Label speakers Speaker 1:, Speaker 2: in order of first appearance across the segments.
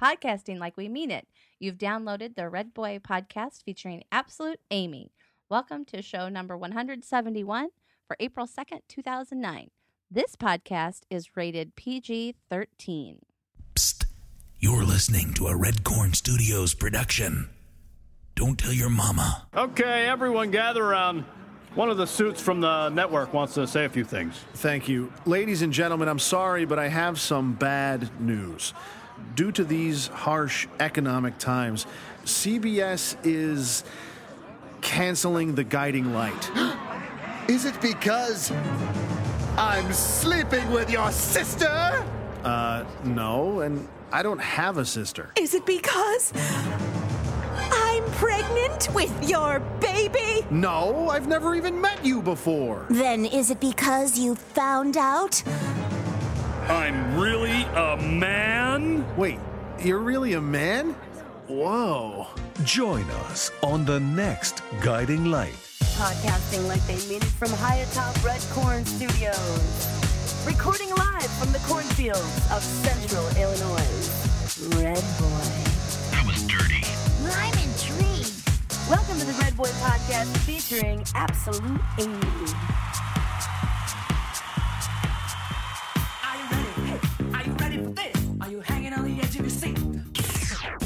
Speaker 1: podcasting like we mean it. You've downloaded the Red Boy podcast featuring Absolute Amy. Welcome to show number 171 for April 2nd, 2009. This podcast is rated PG 13.
Speaker 2: Psst. You're listening to a Red Corn Studios production. Don't tell your mama.
Speaker 3: Okay, everyone gather around. One of the suits from the network wants to say a few things.
Speaker 4: Thank you. Ladies and gentlemen, I'm sorry, but I have some bad news. Due to these harsh economic times, CBS is canceling the guiding light.
Speaker 5: Is it because I'm sleeping with your sister?
Speaker 4: Uh, No, and I don't have a sister.
Speaker 6: Is it because I'm pregnant with your baby?
Speaker 4: No, I've never even met you before.
Speaker 6: Then is it because you found out?
Speaker 7: I'm really a man?
Speaker 4: Wait, you're really a man? Whoa.
Speaker 8: Join us on the next Guiding Light.
Speaker 9: Podcasting like they mean it from high atop Red Corn Studios. Recording live from the cornfields of central Illinois. Red Boy.
Speaker 2: That was dirty.
Speaker 10: I'm intrigued.
Speaker 9: Welcome to the Red Boy Podcast featuring Absolute Amy.
Speaker 11: Are you ready? Hey, are you ready for this? Are you hanging on the edge of your seat?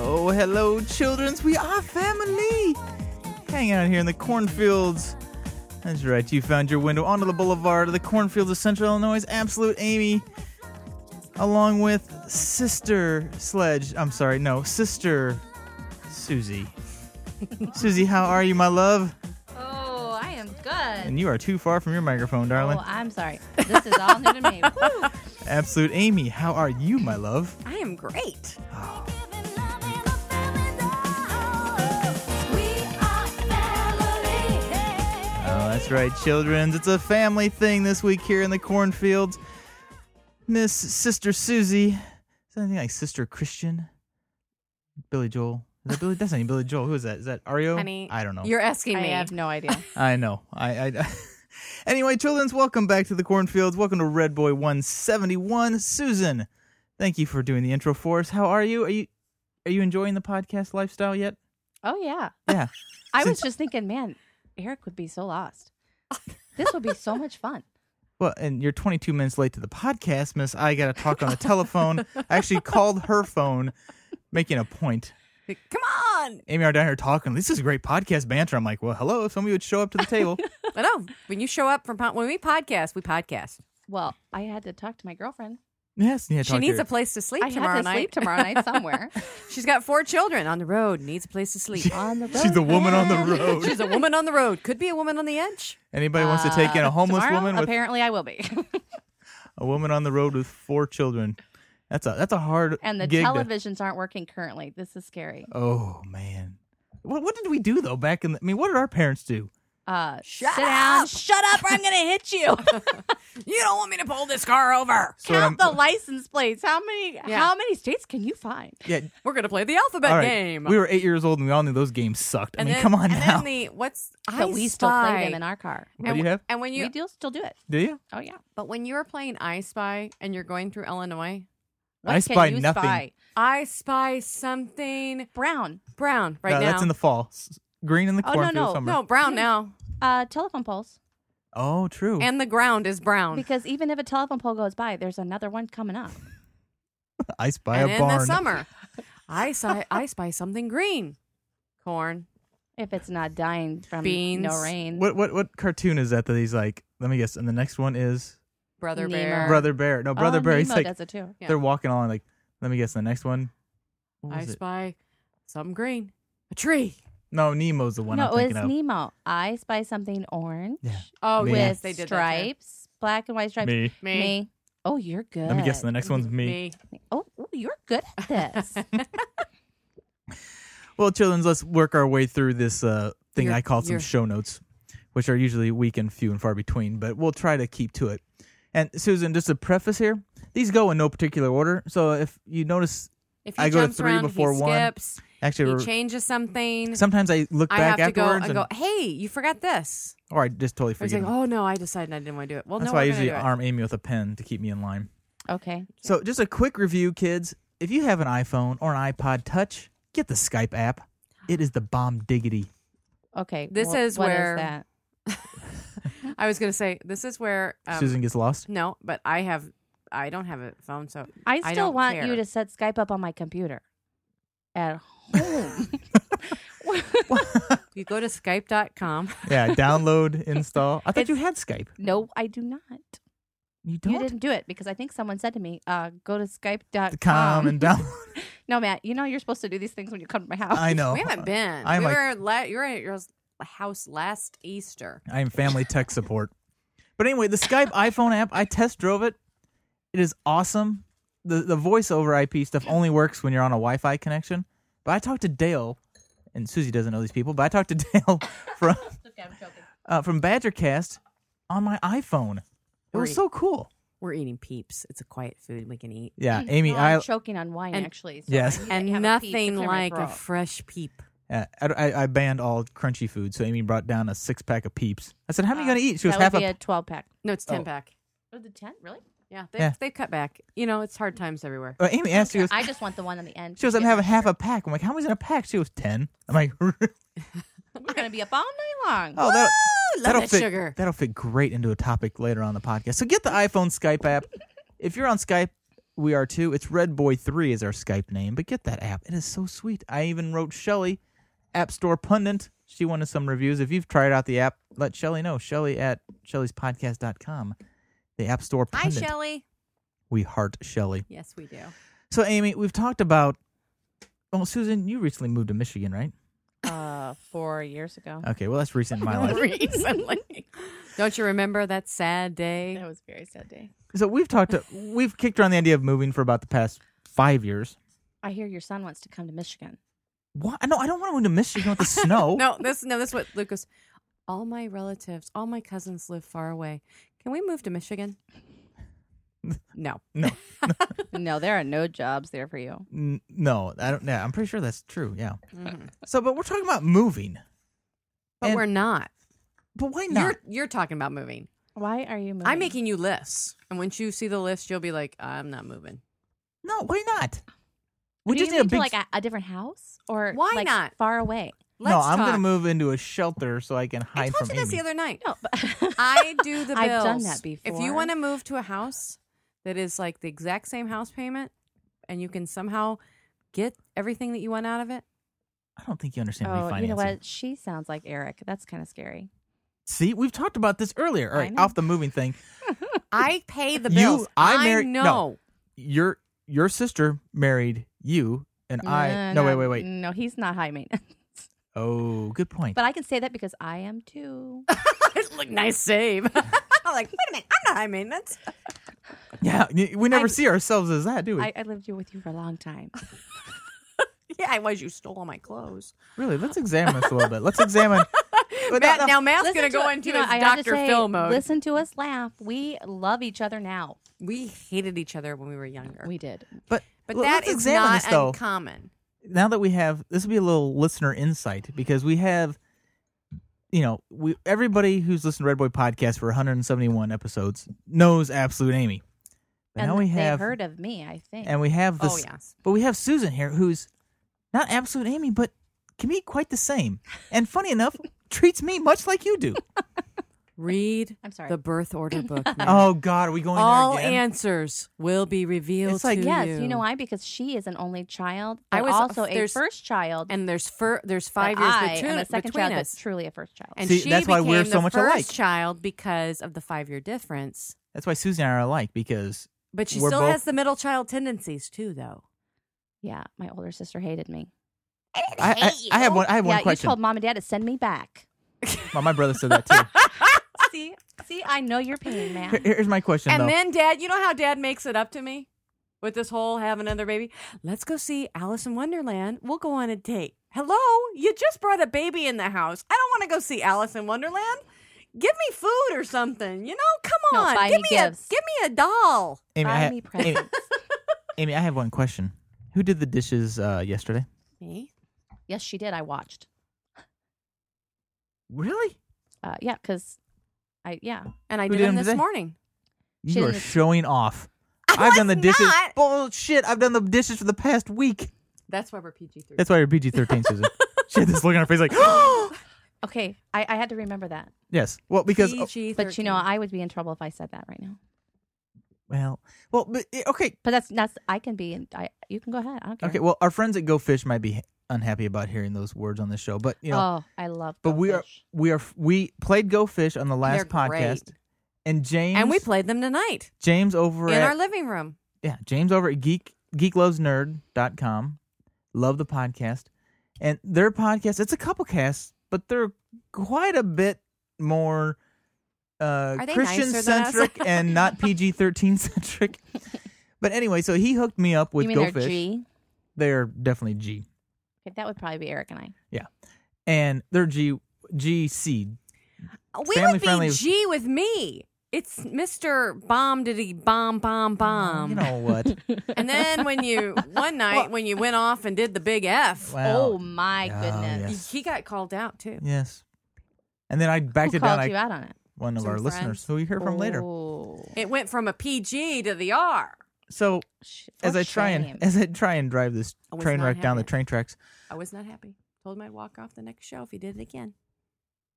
Speaker 12: Oh, hello, childrens. We are family. Hang out here in the cornfields. That's right. You found your window onto the boulevard of the cornfields of Central Illinois. Absolute Amy, along with Sister Sledge. I'm sorry, no, Sister Susie. Susie, how are you, my love?
Speaker 1: Oh, I am good.
Speaker 12: And you are too far from your microphone, darling.
Speaker 1: Oh, I'm sorry. This is all new to me. Woo.
Speaker 6: Oh.
Speaker 12: Absolute Amy, how are you, my love?
Speaker 6: I am great.
Speaker 12: Oh, that's right, children. It's a family thing this week here in the cornfields. Miss Sister Susie. Is that anything like Sister Christian? Billy Joel. Is that Billy? That's not even Billy Joel. Who is that? Is that Ario?
Speaker 6: Honey,
Speaker 12: I don't know.
Speaker 6: You're asking
Speaker 1: I
Speaker 6: me.
Speaker 1: have no idea.
Speaker 12: I know. I. I anyway, children's welcome back to the cornfields. Welcome to Red Boy 171. Susan, thank you for doing the intro for us. How are you? Are you are you enjoying the podcast lifestyle yet?
Speaker 1: Oh, yeah.
Speaker 12: Yeah.
Speaker 1: I was just thinking, man, Eric would be so lost. This would be so much fun.
Speaker 12: Well, and you're 22 minutes late to the podcast, Miss. I got to talk on the telephone. I actually called her phone, making a point.
Speaker 6: Come on.
Speaker 12: Amy are down here talking. This is great podcast banter. I'm like, well, hello. If somebody would show up to the table,
Speaker 6: I know. When you show up from pod- when we podcast, we podcast.
Speaker 1: Well, I had to talk to my girlfriend.
Speaker 12: yes, yeah.
Speaker 6: She needs a place to sleep
Speaker 1: I had
Speaker 6: tomorrow
Speaker 1: to
Speaker 6: night.
Speaker 1: sleep tomorrow night somewhere.
Speaker 6: She's got four children on the road. Needs a place to sleep.
Speaker 1: on the road.
Speaker 12: She's a woman on the
Speaker 1: man.
Speaker 12: road.
Speaker 6: She's a woman on the road. Could be a Uh, woman on the edge.
Speaker 12: Anybody wants to take in a homeless
Speaker 1: Tomorrow,
Speaker 12: woman with
Speaker 1: apparently I will be.
Speaker 12: a woman on the road with four children? That's a that's a hard
Speaker 1: and the
Speaker 12: gig to-
Speaker 1: televisions aren't working currently. This is scary.
Speaker 12: oh man, what what did we do though back in? The, I mean, what did our parents do?
Speaker 1: Uh, sit down.
Speaker 6: Shut up or I'm going to hit you. you don't want me to pull this car over.
Speaker 12: So what I'm-
Speaker 1: Count the license plates. How many?
Speaker 6: Yeah.
Speaker 1: How many states can you find?
Speaker 12: yeah.
Speaker 6: We're going to play the alphabet
Speaker 12: All right,
Speaker 6: game.
Speaker 12: we were eight years old and we all knew those games sucked. I
Speaker 6: and
Speaker 12: mean,
Speaker 6: then,
Speaker 12: come on
Speaker 6: and
Speaker 12: now.
Speaker 6: Then the, what's I
Speaker 1: But we still play them
Speaker 6: Spy.
Speaker 1: in our car.
Speaker 12: what
Speaker 6: and,
Speaker 12: do you
Speaker 6: w-
Speaker 12: have?
Speaker 6: And when you
Speaker 1: we do still do it.
Speaker 12: Do you?
Speaker 1: Oh yeah.
Speaker 6: But when you were playing I Spy and you're going through Illinois,
Speaker 1: What
Speaker 12: I
Speaker 1: can
Speaker 12: spy
Speaker 1: you
Speaker 12: nothing.
Speaker 1: Spy?
Speaker 6: I spy something
Speaker 1: Brown.
Speaker 6: brown right
Speaker 12: no,
Speaker 6: now.
Speaker 12: that's in the fall. S- Green in the
Speaker 1: Oh, no,
Speaker 12: cornfield
Speaker 1: no,
Speaker 12: summer.
Speaker 6: no brown now,
Speaker 1: Uh, telephone poles.
Speaker 12: Oh, true.
Speaker 6: and the ground is brown.
Speaker 1: Because even if a telephone pole goes by, there's another one coming up.
Speaker 12: I spy
Speaker 13: and
Speaker 12: a
Speaker 13: in
Speaker 12: barn.
Speaker 13: the summer, I spy, I spy something green. Corn.
Speaker 1: If it's not dying from
Speaker 13: Beans.
Speaker 1: no rain.
Speaker 12: What what what cartoon is that that he's like? Let me guess. And the next one is
Speaker 13: Brother
Speaker 1: Nemo.
Speaker 13: Bear.
Speaker 12: Brother Bear. No, uh, Brother
Speaker 1: Oh,
Speaker 12: Bear. he's
Speaker 1: Nemo
Speaker 12: like
Speaker 1: does it too.
Speaker 13: Yeah.
Speaker 12: they're walking along like. Let me guess. The next one. What
Speaker 13: I
Speaker 12: was it?
Speaker 13: spy something green. A tree.
Speaker 12: No, Nemo's the one
Speaker 1: no,
Speaker 12: I'm
Speaker 1: it was
Speaker 12: thinking of.
Speaker 1: Nemo. I spy something orange.
Speaker 13: Oh,
Speaker 12: Me.
Speaker 1: with
Speaker 12: yes,
Speaker 13: they did that too.
Speaker 1: stripes, black and white stripes.
Speaker 12: Me.
Speaker 13: Me.
Speaker 1: Oh, you're good.
Speaker 12: Let me guess. The next one's me.
Speaker 1: Oh, ooh, you're good at this.
Speaker 12: Well, children, let's work our way through this uh, thing
Speaker 13: Your-
Speaker 12: I call some
Speaker 13: your-
Speaker 12: show notes, which are usually weak and few and far between, but we'll try to keep to it. And Susan, just a preface here: these go in no particular order. So if you notice,
Speaker 13: If he
Speaker 12: I go to
Speaker 13: jumps
Speaker 12: three
Speaker 13: around,
Speaker 12: before
Speaker 13: he
Speaker 12: one.
Speaker 13: skips.
Speaker 12: Actually,
Speaker 13: he
Speaker 12: we're-
Speaker 13: changes something.
Speaker 12: sometimes I look
Speaker 13: I
Speaker 12: back
Speaker 13: have to go
Speaker 12: afterwards
Speaker 13: and go, "Hey, you forgot this."
Speaker 12: or I just totally
Speaker 13: I was
Speaker 12: forget.
Speaker 13: like,
Speaker 12: them.
Speaker 13: "Oh no, I decided I didn't want to do it." Well,
Speaker 12: That's
Speaker 13: no,
Speaker 12: why I
Speaker 13: we're
Speaker 12: usually
Speaker 13: gonna do it.
Speaker 12: arm Amy with a pen to keep me in line.
Speaker 1: okay.
Speaker 12: So, just a quick review, kids. If you have an iPhone or an iPod Touch, get the Skype app. It is the bomb diggity.
Speaker 1: Okay.
Speaker 13: This
Speaker 1: wh-
Speaker 13: is
Speaker 1: what
Speaker 13: where-
Speaker 1: that?
Speaker 13: I was gonna say this is where um,
Speaker 12: Susan gets lost.
Speaker 13: No, but I have. I don't have a phone, so
Speaker 1: I still
Speaker 13: don't
Speaker 1: want
Speaker 13: care.
Speaker 1: you to set Skype up on my computer at home.
Speaker 13: You go to Skype.com.
Speaker 12: Yeah, download, install. I thought you had Skype.
Speaker 1: no, I do not.
Speaker 12: You
Speaker 1: You didn't do it because I think someone said to me, uh, go to skype.com.
Speaker 12: Com and download.
Speaker 1: no, Matt, you know you're supposed to do these things when you come to my house.
Speaker 12: I know.
Speaker 13: Oh, We haven't been.
Speaker 12: Oh, I'm
Speaker 13: we
Speaker 12: like-
Speaker 13: were la- you were at your house last Easter.
Speaker 12: I am family tech support. But anyway, the Skype iPhone app, I test drove it. It is awesome. The the voice over IP stuff only works when you're on a Wi Fi connection. But I talked to Dale, and Susie doesn't know these people, but I talked to Dale from uh, from Badgercast on my iPhone. It was
Speaker 13: Great.
Speaker 12: so cool.
Speaker 13: We're eating peeps. It's a quiet food we can eat.
Speaker 12: Yeah, Amy,
Speaker 1: Oh, I'm
Speaker 12: I
Speaker 1: choking on wine
Speaker 13: And-
Speaker 1: actually. So
Speaker 12: Yes.
Speaker 1: I need to
Speaker 13: And
Speaker 1: have a peep to
Speaker 13: nothing
Speaker 1: clear my
Speaker 13: like a
Speaker 1: throat.
Speaker 13: fresh peep.
Speaker 12: Yeah, I, I, I banned all crunchy food, so Amy brought down a six pack of peeps. I said, "How many you gonna eat?" She was
Speaker 1: Uh, that
Speaker 12: half
Speaker 1: would
Speaker 12: a.
Speaker 1: be a 12 pack.
Speaker 13: No, it's
Speaker 12: Oh.
Speaker 13: 10 pack.
Speaker 1: Oh, the 10? Really?
Speaker 13: Yeah, they,
Speaker 12: Yeah.
Speaker 13: they've cut back. You know, it's hard times everywhere.
Speaker 12: Uh, Amy asked, "She
Speaker 1: Okay,
Speaker 12: goes,
Speaker 1: I just want the one on the end.
Speaker 12: she goes, I'm
Speaker 1: Yeah.
Speaker 12: having half a pack." I'm like, "How many's in a pack?" She goes, 10 I'm like, "Oh,
Speaker 1: We're going to be up all night long.
Speaker 12: that'll, that'll
Speaker 13: that
Speaker 12: fit.
Speaker 13: sugar.
Speaker 12: That'll fit great into a topic later on the podcast." So get the iPhone Skype app. if you're on Skype, we are too. It's Red Boy Three is our Skype name, but get that app. It is so sweet. I even wrote Shelly, App Store pundit. She wanted some reviews. If you've tried out the app, let Shelly know. Shelly at shelleyspodcast.com. The App Store
Speaker 13: Hi,
Speaker 12: pundit.
Speaker 13: Shelly.
Speaker 12: We heart Shelly.
Speaker 13: Yes, we do.
Speaker 12: So, Amy, we've talked about. Well, Susan, you recently moved to Michigan, right?
Speaker 1: Uh, four years ago.
Speaker 12: Okay, well, that's recent in my life.
Speaker 13: Recently. Don't you remember that sad day?
Speaker 1: That was a very sad day.
Speaker 12: So we've talked. we've kicked around the idea of moving for about the past five years.
Speaker 1: I hear your son wants to come to Michigan.
Speaker 12: What? No, I don't want to move to Michigan with the snow.
Speaker 13: No, this no, this is what Lucas. All my relatives, all my cousins live far away. Can we move to Michigan? No.
Speaker 12: no,
Speaker 1: no, there are no jobs there for you.
Speaker 12: N- no. I don't. Yeah, I'm pretty sure that's true. Yeah. So, but we're talking about moving.
Speaker 13: But
Speaker 12: And-
Speaker 13: we're not.
Speaker 12: But why not?
Speaker 13: You're you're talking about moving.
Speaker 1: Why are you moving?
Speaker 13: I'm making you lists. And once you see the list, you'll be like, I'm not moving.
Speaker 12: No, why not?
Speaker 1: We
Speaker 12: We
Speaker 1: Do
Speaker 12: just
Speaker 1: just you
Speaker 12: need a
Speaker 1: mean to,
Speaker 12: big.
Speaker 1: like a, a different house or
Speaker 13: Why
Speaker 1: like,
Speaker 13: not?
Speaker 1: far away?
Speaker 13: Let's
Speaker 12: no, I'm
Speaker 13: talk.
Speaker 12: gonna move into a shelter so I can hide
Speaker 13: I told
Speaker 12: from
Speaker 13: you this
Speaker 12: Amy.
Speaker 13: the other night.
Speaker 1: No, but
Speaker 13: I do the bills.
Speaker 1: I've done that
Speaker 13: If
Speaker 1: before.
Speaker 13: you want to move to a house that is like the exact same house payment, and you can somehow get everything that you want out of it,
Speaker 12: I don't think you understand
Speaker 1: oh,
Speaker 12: refinancing.
Speaker 1: you know what? She sounds like Eric. That's kind of scary.
Speaker 12: See, we've talked about this earlier. All
Speaker 1: I
Speaker 12: right,
Speaker 1: know.
Speaker 12: off the moving thing.
Speaker 13: I pay the
Speaker 12: You-
Speaker 13: bills.
Speaker 12: I married- no.
Speaker 13: know.
Speaker 12: Your your sister married you, and I. No,
Speaker 1: no,
Speaker 12: wait, wait, wait.
Speaker 1: No, he's not high maintenance.
Speaker 12: Oh, good point.
Speaker 1: But I can say that because I am too.
Speaker 13: It's like nice save. I'm like, wait a minute, I'm not high maintenance.
Speaker 12: yeah, y- we never
Speaker 13: I'm-
Speaker 12: see ourselves as that, do we?
Speaker 1: I, I lived here with you for a long time.
Speaker 13: Yeah, I was. You stole all my clothes.
Speaker 12: really, let's examine this a little bit. Let's examine. But
Speaker 13: Matt,
Speaker 12: no, no,
Speaker 13: now Matt's
Speaker 1: Listen
Speaker 13: gonna
Speaker 1: to
Speaker 13: go
Speaker 1: it.
Speaker 13: into
Speaker 1: You know,
Speaker 13: his
Speaker 1: I have to
Speaker 13: Dr.
Speaker 1: say,
Speaker 13: Phil mode.
Speaker 1: Listen to us laugh. We love each other now.
Speaker 13: We hated each other when we were younger,
Speaker 1: We did.
Speaker 12: but
Speaker 13: but
Speaker 12: l-
Speaker 13: that
Speaker 12: let's
Speaker 13: is
Speaker 12: examine
Speaker 13: not
Speaker 12: this, though.
Speaker 13: uncommon.
Speaker 12: now that we have this will be a little listener insight because we have you know we everybody who's listened to red boy podcast for 171 episodes knows absolute amy but
Speaker 1: and
Speaker 12: now we
Speaker 1: they
Speaker 12: have
Speaker 1: heard of me, I think.
Speaker 12: and we have this
Speaker 13: Oh, yes.
Speaker 12: but we have susan here who's not absolute amy but can be quite the same and funny enough treats me much like you do
Speaker 13: Read
Speaker 1: I'm sorry.
Speaker 13: the birth order book. man.
Speaker 12: Oh, God, are we going there
Speaker 13: All
Speaker 12: again?
Speaker 13: answers will be revealed to
Speaker 1: yes,
Speaker 13: you.
Speaker 1: you. know why? Because she is an only child.
Speaker 13: I
Speaker 1: I was
Speaker 13: was-
Speaker 1: also a
Speaker 13: there's-
Speaker 1: first child,
Speaker 13: and there's fir- there's
Speaker 1: but
Speaker 13: five years
Speaker 1: I
Speaker 13: between,
Speaker 1: am a second
Speaker 13: between
Speaker 1: child,
Speaker 13: us.
Speaker 1: but truly a first child.
Speaker 13: And
Speaker 12: See,
Speaker 13: she
Speaker 12: that's why
Speaker 13: became
Speaker 12: we're
Speaker 13: the
Speaker 12: so much
Speaker 13: first
Speaker 12: alike.
Speaker 13: child because of the five year difference.
Speaker 12: That's why Susan and I are alike because.
Speaker 13: But she
Speaker 12: we're
Speaker 13: still
Speaker 12: both-
Speaker 13: has the middle child tendencies too, though.
Speaker 1: yeah, my older sister hated me.
Speaker 12: I, I, I have one. I have
Speaker 1: yeah,
Speaker 12: one question.
Speaker 1: you told mom and dad to send me back.
Speaker 12: Well, my brother said that too.
Speaker 1: see, see, I know your pain,
Speaker 12: Here-
Speaker 1: man.
Speaker 12: here's my question
Speaker 13: and
Speaker 12: though.
Speaker 13: then dad, you know how dad makes it up to me with this whole have another baby? Let's go see Alice in Wonderland. We'll go on a date. Hello? You just brought a baby in the house. I don't want to go see Alice in Wonderland. Give me food or something, you know? Come
Speaker 1: No,
Speaker 13: on.
Speaker 1: buy
Speaker 13: give
Speaker 1: me gifts.
Speaker 13: a give me a doll.
Speaker 12: Amy, I
Speaker 1: Buy
Speaker 12: ha-
Speaker 1: me
Speaker 12: Amy,
Speaker 1: presents.
Speaker 12: Amy, I have one question. Who did the dishes uh, yesterday?
Speaker 13: Me?
Speaker 1: yes, she did. I watched.
Speaker 12: Really?
Speaker 1: Uh, yeah, because I yeah.
Speaker 13: And I
Speaker 12: Who
Speaker 13: did,
Speaker 12: did
Speaker 13: them
Speaker 12: them
Speaker 13: this
Speaker 12: today?
Speaker 13: morning.
Speaker 12: You
Speaker 1: She
Speaker 12: are
Speaker 1: didn't-
Speaker 12: showing off. I've done the dishes.
Speaker 13: not.
Speaker 12: Bullshit! I've done the dishes for the past week.
Speaker 13: That's why we're PG three.
Speaker 12: That's why you're PG thirteen, Susan. she had this look on her face like, oh,
Speaker 1: Okay, I, I had to remember that.
Speaker 12: yes. Well, because oh,
Speaker 13: PG
Speaker 1: But you know, I would be in trouble if I said that right now.
Speaker 12: well, well, but, eh, okay,
Speaker 1: But that's that's I can be and I you can go ahead. I don't care.
Speaker 12: okay. Well, our friends at Go Fish might be unhappy about hearing those words on this show, but you know,
Speaker 1: oh, I love.
Speaker 12: but we are
Speaker 1: goldfish.
Speaker 12: we are we played Go Fish on the
Speaker 13: They're
Speaker 12: last
Speaker 13: great.
Speaker 12: podcast, and James
Speaker 13: and we played them tonight
Speaker 12: James over
Speaker 13: in
Speaker 12: at
Speaker 13: our living room.
Speaker 12: yeah, James over at geek geeklovesnerd.com. Love the podcast. And their podcast, it's a couple casts, but they're quite a bit more uh
Speaker 13: Are they
Speaker 12: Christian
Speaker 13: nicer than us?
Speaker 12: centric and not PG-13 centric. But anyway, so he hooked me up with
Speaker 1: you mean they're
Speaker 12: GoFish.
Speaker 1: G?
Speaker 12: They're definitely G.
Speaker 1: Okay, that would probably be Eric and I.
Speaker 12: And they're G GC.
Speaker 13: We
Speaker 12: Family
Speaker 13: would be
Speaker 12: friendly-
Speaker 13: G with me. It's Mr. Bomb Diddy Bomb Bomb Bomb.
Speaker 12: you know what?
Speaker 13: And then when you one night when you went off and did the big F,
Speaker 12: Wow.
Speaker 1: oh my
Speaker 12: Oh,
Speaker 1: goodness.
Speaker 12: yes.
Speaker 13: he got called out too.
Speaker 12: Yes. And then I backed
Speaker 1: Who
Speaker 12: it down
Speaker 1: called you
Speaker 12: like
Speaker 1: out on it?
Speaker 12: one of
Speaker 13: Some
Speaker 12: our
Speaker 13: friends.
Speaker 12: listeners who you hear from later.
Speaker 1: Oh.
Speaker 13: It went from a PG to the R.
Speaker 12: So
Speaker 1: Sh-
Speaker 12: as
Speaker 1: for
Speaker 12: I try
Speaker 1: shame.
Speaker 12: and as I try and drive this
Speaker 13: I was
Speaker 12: train
Speaker 13: not
Speaker 12: wreck down the
Speaker 13: having it.
Speaker 12: train tracks,
Speaker 13: I was not happy. Told him I'd walk off the next show if he did it again.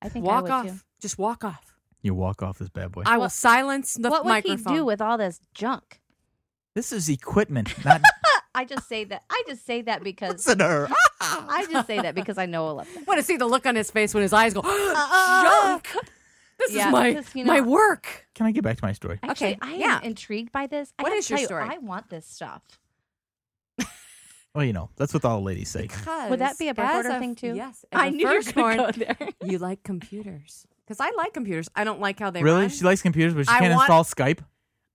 Speaker 1: I think I
Speaker 13: Walk
Speaker 1: would,
Speaker 13: off.
Speaker 1: too.
Speaker 13: Just walk off.
Speaker 12: you walk off this bad boy.
Speaker 13: I will silence the
Speaker 1: What would
Speaker 13: microphone.
Speaker 1: he do with all this junk?
Speaker 12: this is equipment, not
Speaker 1: I just say that. I just say that because
Speaker 12: listener.
Speaker 1: I just say that because I know all of that.
Speaker 13: want to see the look on his face when his eyes go junk. This
Speaker 1: Yeah,
Speaker 13: is my
Speaker 1: because, you know-
Speaker 13: my work.
Speaker 12: Can I get back to my story?
Speaker 1: Actually,
Speaker 13: Okay,
Speaker 1: I am
Speaker 13: yeah.
Speaker 1: intrigued by this. I
Speaker 13: What
Speaker 1: gotta
Speaker 13: is your
Speaker 1: tell you,
Speaker 13: story?
Speaker 1: I want this stuff.
Speaker 12: Well, you know that's what all the ladies say.
Speaker 1: Would that be a birth
Speaker 13: as
Speaker 1: order thing, too?
Speaker 13: Yes.
Speaker 1: I
Speaker 13: as a
Speaker 1: knew you were
Speaker 13: firstborn,
Speaker 1: gonna go there.
Speaker 13: you like computers because I like computers. I don't like how they
Speaker 12: Really,
Speaker 13: run.
Speaker 12: she likes computers, but she
Speaker 13: I
Speaker 12: can't
Speaker 13: want-
Speaker 12: install Skype.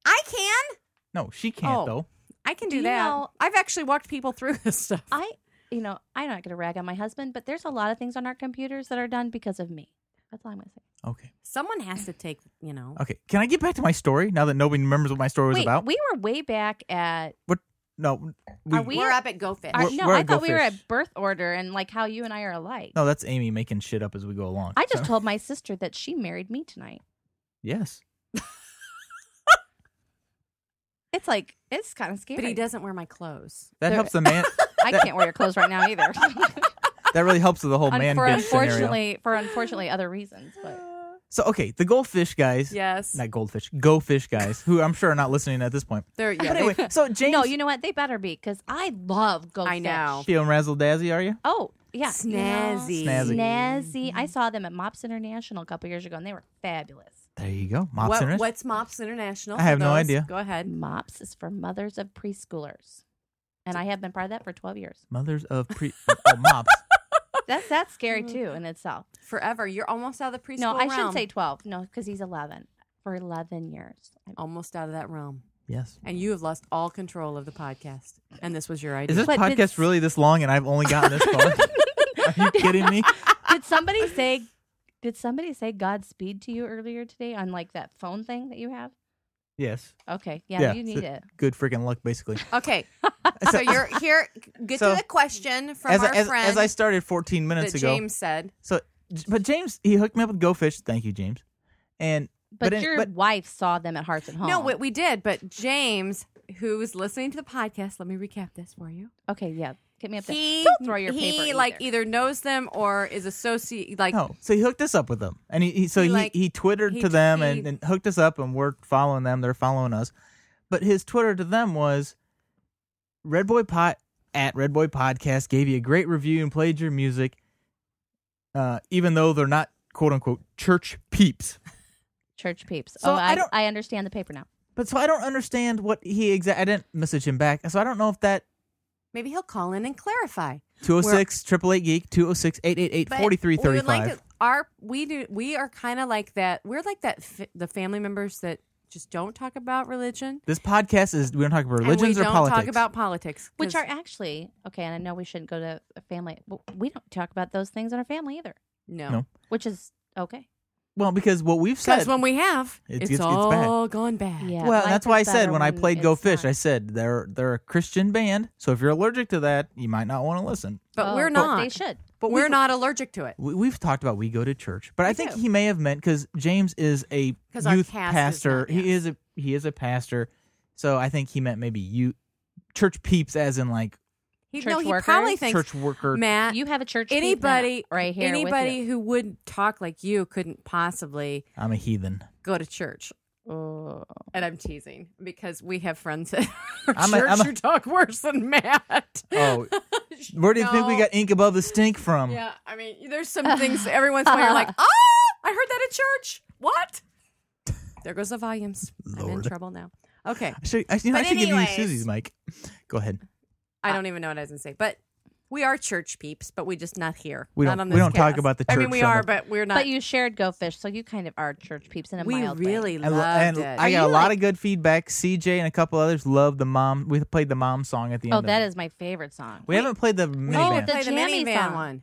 Speaker 13: I can.
Speaker 12: No, she can't
Speaker 13: Oh.
Speaker 12: though.
Speaker 13: I can
Speaker 1: Do
Speaker 13: do,
Speaker 1: you
Speaker 13: that.
Speaker 1: know-
Speaker 13: I've actually walked people through this stuff.
Speaker 1: I, you know, I'm not gonna rag on my husband, but there's a lot of things on our computers that are done because of me. That's all I'm gonna say.
Speaker 12: Okay,
Speaker 13: Someone has to take. You know.
Speaker 12: okay. Can I get back to my story now that nobody remembers what my story was
Speaker 1: Wait,
Speaker 12: about?
Speaker 1: we were way back at.
Speaker 12: no,
Speaker 1: Are we-
Speaker 13: We're up at GoFit.
Speaker 1: our-
Speaker 12: We're-
Speaker 1: no,
Speaker 12: we're
Speaker 1: I
Speaker 12: at
Speaker 1: thought we were
Speaker 12: GoFish.
Speaker 1: at birth order and like how you and I are alike.
Speaker 12: no, that's Amy making shit up as we go along.
Speaker 1: I
Speaker 12: So-
Speaker 1: just told my sister that she married me tonight.
Speaker 12: yes.
Speaker 1: It's like it's kind of scary.
Speaker 13: but he doesn't wear my clothes.
Speaker 12: That
Speaker 1: There-
Speaker 12: helps the man.
Speaker 1: I
Speaker 12: that-
Speaker 1: can't wear your clothes right now either.
Speaker 12: That really helps with the whole man
Speaker 1: for
Speaker 12: bitch scenario.
Speaker 1: unfortunately, for unfortunately other reasons, but
Speaker 12: So okay, the goldfish guys.
Speaker 13: Yes.
Speaker 12: not goldfish, go fish guys, who I'm sure are not listening at this point.
Speaker 13: There. Yeah.
Speaker 12: But
Speaker 13: they-
Speaker 12: anyway, so James,
Speaker 1: no, you know what? They better be because I love go.
Speaker 13: I know.
Speaker 12: feeling razzle dazzy, are you?
Speaker 1: Oh yeah, you know,
Speaker 13: Snazzy. Mm-hmm.
Speaker 12: Snazzy.
Speaker 1: snazzy. I saw them at Mops International a couple years ago, and they were fabulous.
Speaker 12: There you go, mops
Speaker 13: What-
Speaker 12: Internet.
Speaker 13: what's Mops International?
Speaker 12: I have
Speaker 13: for
Speaker 12: no
Speaker 13: those?
Speaker 12: idea.
Speaker 13: Go ahead.
Speaker 1: Mops is for mothers of preschoolers, and I have been part of that for twelve years.
Speaker 12: Mothers of pre oh, mops.
Speaker 1: That's that's scary too in itself.
Speaker 13: Forever. You're almost out of the Mm-hmm. preschool.
Speaker 1: No, I shouldn't
Speaker 13: realm.
Speaker 1: say twelve. No, because he's eleven for eleven years.
Speaker 13: almost out of that realm.
Speaker 12: Yes.
Speaker 13: And you have lost all control of the podcast. And this was your idea.
Speaker 12: Is this
Speaker 1: But
Speaker 12: podcast
Speaker 1: it's-
Speaker 12: really this long and I've only gotten this far? are you kidding me?
Speaker 1: did somebody say? Did somebody say Godspeed to you earlier today on like that phone thing that you have?
Speaker 12: Yes.
Speaker 1: Okay, yeah, you
Speaker 12: so
Speaker 1: need it. Uh,
Speaker 12: Good freaking luck, basically.
Speaker 13: okay. So you're here. Get
Speaker 12: So-
Speaker 13: to the question from
Speaker 12: As
Speaker 13: our
Speaker 12: I, as,
Speaker 13: friend
Speaker 12: as I started 14 minutes
Speaker 13: that
Speaker 12: ago.
Speaker 13: James said.
Speaker 12: So, but James, he hooked me up with Go Fish. Thank you, James. And
Speaker 1: But,
Speaker 12: it-
Speaker 1: your wife saw them at Hearts and Home.
Speaker 13: No, what we did, but James, who was listening to the podcast, let me recap this for you.
Speaker 1: okay, yeah, Get me up there.
Speaker 13: He,
Speaker 1: Don't throw your
Speaker 13: he
Speaker 1: paper. either.
Speaker 13: like either knows them or is associate like
Speaker 12: No, so he hooked us up with them, and he, he so
Speaker 13: He,
Speaker 12: he,
Speaker 13: like-
Speaker 12: he twittered
Speaker 13: he-
Speaker 12: to them
Speaker 13: he-
Speaker 12: and, and hooked us up, and we're following them. They're following us, but his Twitter to them was, "Red Boy Pot at Red Boy Podcast gave you a great review and played your music, uh, even though they're not quote unquote church peeps."
Speaker 1: church peeps.
Speaker 12: So
Speaker 1: oh,
Speaker 12: I
Speaker 1: I,
Speaker 12: don't-
Speaker 1: I understand the paper now.
Speaker 12: But so I don't understand what he exact. I didn't message him back, so I don't know if that
Speaker 13: maybe he'll call in and clarify.
Speaker 12: 206 888 geek 206 888
Speaker 13: But we would like to- Our we do we are kind of like that. We're like that fa- the family members that just don't talk about religion.
Speaker 12: This podcast is we don't talk about
Speaker 13: and
Speaker 12: religions
Speaker 13: we
Speaker 12: or
Speaker 13: don't
Speaker 12: politics.
Speaker 13: talk about politics,
Speaker 1: Which
Speaker 13: 'cause-
Speaker 1: are actually okay, and I know we shouldn't go to a family. But we don't talk about those things in our family either.
Speaker 13: no,
Speaker 12: No.
Speaker 1: Which is okay.
Speaker 12: well, because what we've said
Speaker 13: because when we have,
Speaker 12: It
Speaker 13: it's,
Speaker 12: gets- it's bad.
Speaker 13: all gone bad.
Speaker 1: Yeah.
Speaker 12: Well,
Speaker 1: life
Speaker 12: that's why I
Speaker 1: is
Speaker 12: said
Speaker 1: better
Speaker 12: when I played Go
Speaker 1: it's
Speaker 12: Fish, I said they're they're a Christian band, so if you're allergic to that, you might not want to listen.
Speaker 13: But
Speaker 1: Oh,
Speaker 13: we're not.
Speaker 1: They should.
Speaker 13: But we're not allergic to it
Speaker 12: We, we've talked about we go to church, but I
Speaker 13: We
Speaker 12: think
Speaker 13: do.
Speaker 12: he may have meant because James is a
Speaker 13: 'Cause our
Speaker 12: youth
Speaker 13: cast is
Speaker 12: pastor.
Speaker 13: not-
Speaker 12: He is a he is a pastor, so I think he meant maybe you church peeps, as in like
Speaker 13: He,
Speaker 1: Church
Speaker 13: no, he
Speaker 1: workers?
Speaker 13: probably thinks
Speaker 12: church worker.
Speaker 13: Matt.
Speaker 1: You have a church. peep
Speaker 13: anybody
Speaker 1: now, right here. with
Speaker 13: anybody
Speaker 1: you.
Speaker 13: who would talk like you couldn't possibly
Speaker 12: I'm a heathen.
Speaker 13: go to church.
Speaker 1: Oh.
Speaker 13: And I'm teasing because we have friends that are
Speaker 12: I'm a-
Speaker 13: church
Speaker 12: I'm a-
Speaker 13: who talk worse than Matt.
Speaker 12: Oh, where do you think we
Speaker 13: No.
Speaker 12: got ink above the stink from?
Speaker 13: Yeah, I mean, there's some things every once in a while you're like, oh, I heard that at church. What? There goes the volumes. I'm in
Speaker 12: Lord.
Speaker 13: trouble now. Okay,
Speaker 12: I should, I, you know, I
Speaker 13: But
Speaker 12: should give you
Speaker 13: anyways.
Speaker 12: Susie's mic. Go ahead.
Speaker 13: I don't even know what I was gonna say, but we are church peeps, but we just not here.
Speaker 12: We
Speaker 13: not
Speaker 12: don't-
Speaker 13: on
Speaker 12: we
Speaker 13: this
Speaker 12: don't talk
Speaker 13: cast.
Speaker 12: about the
Speaker 13: I mean,
Speaker 12: church
Speaker 13: we
Speaker 12: on
Speaker 13: are,
Speaker 12: the-
Speaker 13: but we're not.
Speaker 1: But you shared Go Fish, so you kind of are church peeps in a
Speaker 13: we
Speaker 1: mild way.
Speaker 13: really
Speaker 12: And,
Speaker 13: loved
Speaker 12: and
Speaker 13: it.
Speaker 12: I
Speaker 1: Are
Speaker 12: got a
Speaker 1: you,
Speaker 12: lot
Speaker 1: like-
Speaker 12: of good feedback. CJ and a couple others loved the mom. We played the mom song at the
Speaker 1: Oh,
Speaker 12: end.
Speaker 1: that
Speaker 12: of it.
Speaker 1: is my favorite song.
Speaker 12: We haven't played the
Speaker 1: Oh,
Speaker 12: minivan.
Speaker 1: the
Speaker 13: Play the
Speaker 1: jammy
Speaker 13: minivan
Speaker 1: song.
Speaker 13: one.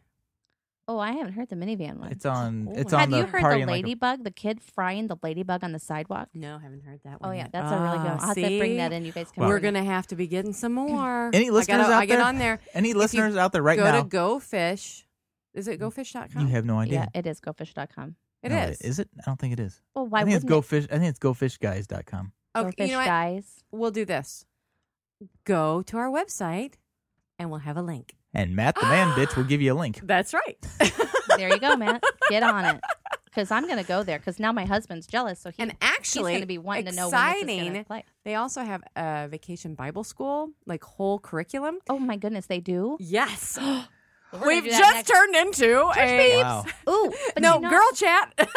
Speaker 1: Oh, I haven't heard the minivan one.
Speaker 12: it's on.
Speaker 13: old
Speaker 12: It's
Speaker 13: one.
Speaker 12: on
Speaker 1: Have
Speaker 12: the
Speaker 1: you heard
Speaker 12: party.
Speaker 1: the
Speaker 12: in like a-
Speaker 1: ladybug, the kid frying the ladybug on the sidewalk?
Speaker 13: No, haven't heard that
Speaker 1: Oh
Speaker 13: one.
Speaker 1: yeah,
Speaker 13: yet.
Speaker 1: that's a really good. One.
Speaker 13: Ah,
Speaker 1: I'll have to bring
Speaker 13: see?
Speaker 1: that in. You guys can.
Speaker 12: Wow.
Speaker 13: We're
Speaker 1: bring it.
Speaker 13: gonna have to be getting some more.
Speaker 12: any
Speaker 13: I
Speaker 12: listeners
Speaker 13: gotta-
Speaker 12: out
Speaker 13: I
Speaker 12: there?
Speaker 13: get on there.
Speaker 12: Any
Speaker 13: If you
Speaker 12: listeners out there right
Speaker 13: go
Speaker 12: now?
Speaker 13: to Go Fish. Is it GoFish.com?
Speaker 12: you have no idea.
Speaker 1: Yeah, it is GoFish.com.
Speaker 13: It
Speaker 12: No,
Speaker 13: is.
Speaker 12: Is it? I don't think it is.
Speaker 1: Well, why
Speaker 12: I think it's
Speaker 1: wouldn't
Speaker 12: go
Speaker 1: it?
Speaker 12: fish. I think it's gofishguys.com.
Speaker 13: Okay,
Speaker 1: GoFish
Speaker 13: you know what?
Speaker 1: guys?
Speaker 13: We'll do this. Go to our website, and we'll have a link.
Speaker 12: And Matt the man bitch will give you a link.
Speaker 13: That's right.
Speaker 1: There you go, Matt. Get on it. Because I'm going to go there because now my husband's jealous. So he,
Speaker 13: and actually,
Speaker 1: he's going to be wanting to know when this is
Speaker 13: exciting.
Speaker 1: going to play.
Speaker 13: They also have a vacation Bible school, like whole curriculum.
Speaker 1: Oh, my goodness, they do?
Speaker 13: Yes,
Speaker 1: We're gonna
Speaker 13: we've
Speaker 1: do that
Speaker 13: just
Speaker 1: next-
Speaker 13: turned into a
Speaker 12: Wow.
Speaker 1: Ooh, but
Speaker 13: no
Speaker 1: you know,
Speaker 13: girl chat.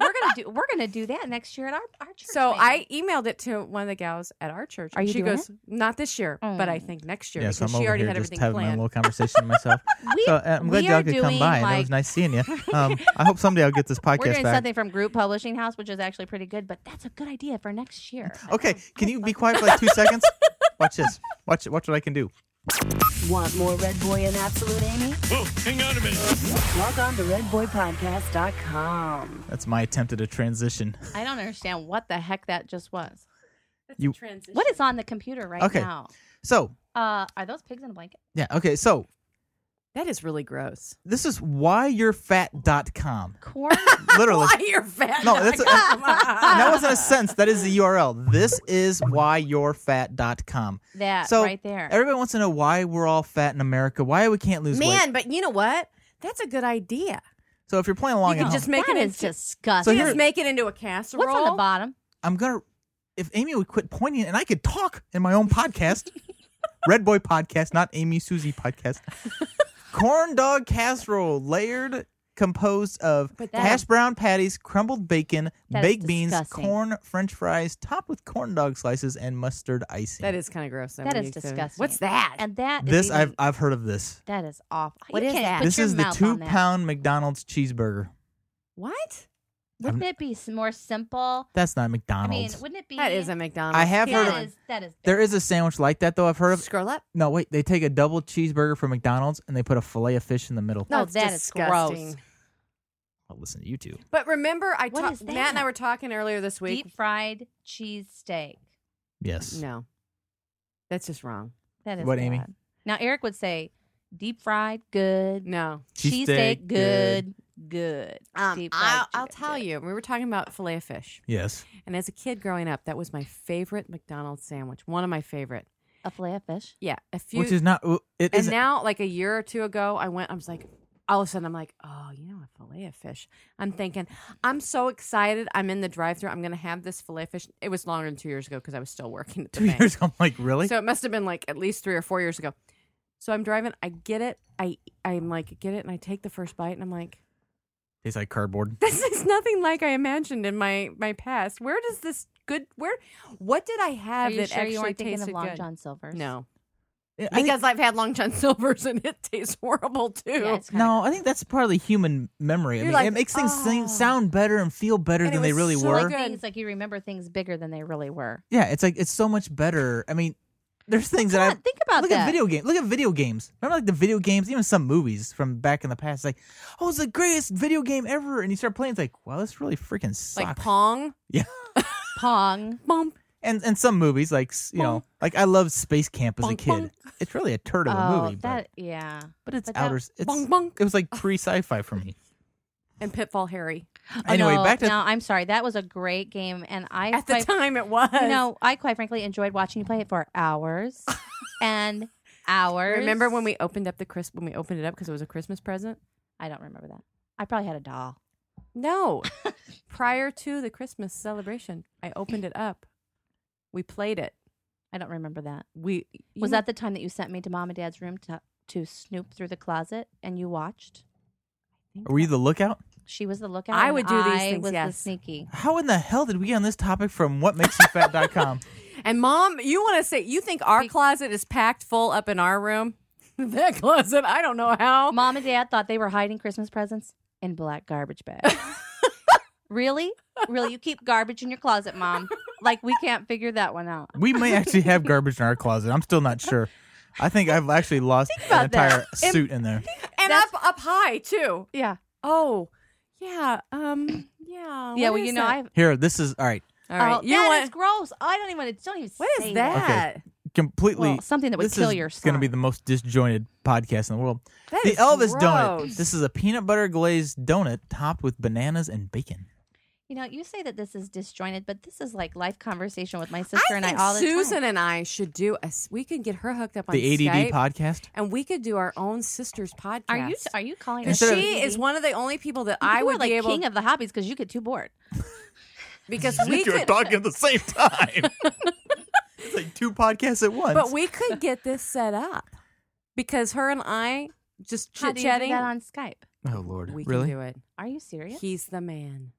Speaker 1: We're going to do we're gonna do that next year at our, our church.
Speaker 13: So
Speaker 1: maybe.
Speaker 13: I emailed it to one of the gals at our church.
Speaker 1: Are
Speaker 13: and
Speaker 1: you
Speaker 13: she
Speaker 1: doing
Speaker 13: goes, not this year, but I
Speaker 1: Mm.
Speaker 13: think next year
Speaker 12: Yeah, so
Speaker 13: because
Speaker 12: I'm
Speaker 13: she
Speaker 12: over
Speaker 13: already
Speaker 12: here
Speaker 13: had
Speaker 12: just
Speaker 13: everything
Speaker 12: having my
Speaker 13: planned.
Speaker 12: little conversation with myself.
Speaker 1: We-
Speaker 12: so uh, I'm glad
Speaker 1: we
Speaker 12: y'all
Speaker 1: are
Speaker 12: could come
Speaker 1: doing,
Speaker 12: by. and it
Speaker 1: like-
Speaker 12: was nice seeing you. Um, I hope someday I'll get this podcast
Speaker 1: We're doing
Speaker 12: back.
Speaker 1: something from Group Publishing House, which is actually pretty good, but that's a good idea for next year.
Speaker 12: Okay, can you be quiet for like two seconds? Watch this. Watch watch what I can do.
Speaker 9: Want more Red Boy and Absolute Amy?
Speaker 7: Whoa, Oh, hang on a minute.
Speaker 9: Log on to redboypodcast.com.
Speaker 12: That's my attempt at a transition.
Speaker 1: I don't understand what the heck that just was.
Speaker 12: You
Speaker 1: What is on the computer right
Speaker 12: Okay.
Speaker 1: now?
Speaker 12: so
Speaker 1: Uh, are those pigs in a blanket?
Speaker 12: yeah okay so
Speaker 13: That is really gross.
Speaker 12: this is whyyourfat.com.
Speaker 1: Corn?
Speaker 12: Literally,
Speaker 13: Why you're fat?
Speaker 12: No, that's a-
Speaker 13: Come on.
Speaker 12: that wasn't a sense. That is the URL. This is whyyourfat.com.
Speaker 1: that
Speaker 12: So
Speaker 1: right there.
Speaker 12: Everybody wants to know why we're all fat in America. Why we can't lose weight.
Speaker 13: man. But you know what? That's a good idea.
Speaker 12: So if you're playing along,
Speaker 13: You could
Speaker 12: at
Speaker 13: just
Speaker 12: home,
Speaker 13: make
Speaker 1: That
Speaker 13: it
Speaker 1: is
Speaker 13: into.
Speaker 1: disgusting.
Speaker 12: So
Speaker 13: you
Speaker 12: here-
Speaker 13: just make it into a casserole.
Speaker 1: What's on the bottom?
Speaker 12: I'm gonna. If Amy would quit pointing, and I could talk in my own podcast, Red Boy Podcast, not Amy Susie Podcast. Corn dog casserole layered, composed of
Speaker 1: But that
Speaker 12: hash
Speaker 1: is-
Speaker 12: brown patties, crumbled bacon,
Speaker 1: That is
Speaker 12: baked beans,
Speaker 1: disgusting.
Speaker 12: corn French fries, topped with corn dog slices and mustard icing.
Speaker 13: That is kind of gross. though,
Speaker 1: That
Speaker 13: when
Speaker 1: is
Speaker 13: you consider-
Speaker 1: disgusting.
Speaker 13: What's that?
Speaker 1: And that is
Speaker 12: this
Speaker 1: even-
Speaker 12: I've I've heard of this.
Speaker 1: that is awful.
Speaker 13: What
Speaker 1: You
Speaker 13: is
Speaker 1: can't
Speaker 13: that?
Speaker 1: Put
Speaker 12: this
Speaker 1: your
Speaker 12: is the
Speaker 1: mouth
Speaker 12: two
Speaker 1: on that.
Speaker 12: pound McDonald's cheeseburger.
Speaker 13: what?
Speaker 1: Wouldn't it be s- more simple?
Speaker 12: That's not
Speaker 1: I mean,
Speaker 12: McDonald's.
Speaker 1: wouldn't it be?
Speaker 13: That is a McDonald's.
Speaker 12: I have
Speaker 13: That
Speaker 12: heard
Speaker 1: That
Speaker 12: of-
Speaker 13: is-
Speaker 1: is that is.
Speaker 12: there is a sandwich like that though. I've heard of.
Speaker 13: Scroll up.
Speaker 12: No, wait. They take a double cheeseburger from McDonald's and they put a fillet of fish in the middle.
Speaker 1: No,
Speaker 13: it's
Speaker 1: Oh, that is gross.
Speaker 13: disgusting.
Speaker 12: I'll listen to you two.
Speaker 13: But remember, I
Speaker 1: What
Speaker 13: talked.
Speaker 1: is
Speaker 13: Matt and I
Speaker 1: that?
Speaker 13: were talking earlier this week.
Speaker 1: deep fried cheese steak.
Speaker 12: Yes.
Speaker 13: No, that's just wrong.
Speaker 1: That is
Speaker 12: What, Amy?
Speaker 1: bad. Now Eric would say, deep fried good,
Speaker 13: No,
Speaker 12: Cheese
Speaker 1: cheese
Speaker 12: steak,
Speaker 1: steak good, good.
Speaker 13: um,
Speaker 1: Deep fried
Speaker 13: I'll, I'll
Speaker 1: chicken,
Speaker 13: tell
Speaker 1: good.
Speaker 13: you. We were talking about fillet of fish,
Speaker 12: Yes.
Speaker 13: and as a kid growing up, that was my favorite McDonald's sandwich. One of my favorite.
Speaker 1: a fillet of fish.
Speaker 13: Yeah, a few.
Speaker 12: Which is not. It
Speaker 13: and
Speaker 12: isn't-
Speaker 13: now, like a year or two ago, I went. I was like, all of a sudden, I'm like, oh, you know, a fillet of fish. I'm thinking, I'm so excited. I'm in the drive-thru. I'm gonna have this fillet of fish. It was longer than two years ago because I was still working at the
Speaker 12: two
Speaker 13: bank.
Speaker 12: years. I'm like, really?
Speaker 13: So it must have been like at least three or four years ago. So I'm driving. I get it. I I'm like get it, and I take the first bite, and I'm like,
Speaker 12: Tastes like cardboard.
Speaker 13: this is nothing like I imagined in my my past. Where does this good? Where? What did I have
Speaker 1: Are you
Speaker 13: that
Speaker 1: sure
Speaker 13: actually
Speaker 1: you weren't thinking
Speaker 13: tasted
Speaker 1: of Long
Speaker 13: good?
Speaker 1: John Silver's?
Speaker 13: No.
Speaker 12: Yeah, I think-
Speaker 13: Because I've had Long John Silver's and it tastes horrible too.
Speaker 12: No, I think that's part of the human memory. I
Speaker 13: You're
Speaker 12: mean,
Speaker 13: like,
Speaker 12: it makes things seem- sound better and feel better than they really were.
Speaker 1: Things "Oh." like you remember things bigger than they really were.
Speaker 12: Yeah, it's like it's so much better. I mean, there's things that I
Speaker 1: think about
Speaker 12: Look
Speaker 1: that.
Speaker 12: at video games. Look at video games. Remember, like the video games, even some movies from back in the past. Like, oh, it's the greatest video game ever, and you start playing. It's like, wow, this really freaking sucks.
Speaker 13: Like Pong.
Speaker 12: Yeah.
Speaker 1: Pong.
Speaker 13: Bump.
Speaker 12: and and some movies, like s- you know, like I loved Space Camp as a kid. It's really a turd of a
Speaker 1: oh,
Speaker 12: movie, but
Speaker 1: that yeah.
Speaker 12: but it's
Speaker 1: that-
Speaker 12: outer. s- It's,
Speaker 13: Bonk, bonk.
Speaker 12: It was like pre sci-fi for me.
Speaker 13: And Pitfall Harry.
Speaker 1: Oh,
Speaker 12: Anyway,
Speaker 1: no,
Speaker 12: back to-
Speaker 1: no. I'm sorry. That was a great game, and I
Speaker 13: At the time it was.
Speaker 1: No, I quite frankly enjoyed watching you play it for hours and hours.
Speaker 13: Remember when we opened up the crisp when we opened it up because it was a Christmas present?
Speaker 1: I don't remember that. I probably had a doll.
Speaker 13: No. Prior to the Christmas celebration, I opened it up. We played it.
Speaker 1: I don't remember that.
Speaker 13: We you
Speaker 1: was
Speaker 13: know-
Speaker 1: that the time that you sent me to mom and dad's room to to snoop through the closet and you watched?
Speaker 12: Were you the lookout?
Speaker 1: She was the lookout.
Speaker 13: I
Speaker 1: and
Speaker 13: would do these
Speaker 1: I
Speaker 13: things,
Speaker 1: Was the
Speaker 13: yes.
Speaker 1: sneaky.
Speaker 12: How in the hell did we get on this topic from whatmakesyouFat.com?
Speaker 13: And mom, you want to say you think our closet is packed full up in our room? that closet, I don't know how.
Speaker 1: Mom and dad thought they were hiding Christmas presents in black garbage bags. really, really, you keep garbage in your closet, mom. Like we can't figure that one out.
Speaker 12: we may actually have garbage in our closet. I'm still not sure. I think I've actually lost an
Speaker 13: about that.
Speaker 12: entire
Speaker 13: Im-
Speaker 12: suit in there.
Speaker 13: And up up high too.
Speaker 1: Yeah.
Speaker 13: Oh. Yeah. Um yeah.
Speaker 1: yeah,
Speaker 13: what
Speaker 1: well, you
Speaker 13: is
Speaker 1: know,
Speaker 13: that?
Speaker 1: I've
Speaker 12: Here, this is all right.
Speaker 13: All right.
Speaker 1: Oh,
Speaker 13: you
Speaker 1: that
Speaker 13: want
Speaker 1: is gross. I don't even. Don't even. What
Speaker 13: is that?
Speaker 12: Okay. Completely
Speaker 1: Well, something that would
Speaker 12: this
Speaker 1: kill
Speaker 12: is
Speaker 1: your
Speaker 12: Going to be the most disjointed podcast in the world.
Speaker 13: That
Speaker 12: the
Speaker 13: is
Speaker 12: Elvis
Speaker 13: gross.
Speaker 12: donut. This is a peanut butter glazed donut topped with bananas and bacon.
Speaker 1: You know, you say that this is disjointed, but this is like life conversation with my sister and I
Speaker 13: think
Speaker 1: all the
Speaker 13: Susan
Speaker 1: time.
Speaker 13: and I should do a s- we could get her hooked up on
Speaker 12: The ADD
Speaker 13: Skype,
Speaker 12: podcast.
Speaker 13: and we could do our own sisters podcast.
Speaker 1: Are you are you calling? her
Speaker 13: Because
Speaker 12: Instead of-
Speaker 13: she is one of the only people that I
Speaker 1: you
Speaker 13: would
Speaker 1: are like
Speaker 13: be able
Speaker 1: king of the hobbies because you get too bored.
Speaker 13: because
Speaker 12: You
Speaker 13: we
Speaker 12: two are
Speaker 13: could
Speaker 12: talking at the same time. it's like two podcasts at once.
Speaker 13: but we could get this set up because her and I just
Speaker 1: How
Speaker 13: chit
Speaker 1: do you do
Speaker 13: chatting.
Speaker 1: that on Skype?
Speaker 12: oh lord,
Speaker 13: we
Speaker 12: really?
Speaker 13: can do it.
Speaker 1: Are you serious?
Speaker 13: He's the man.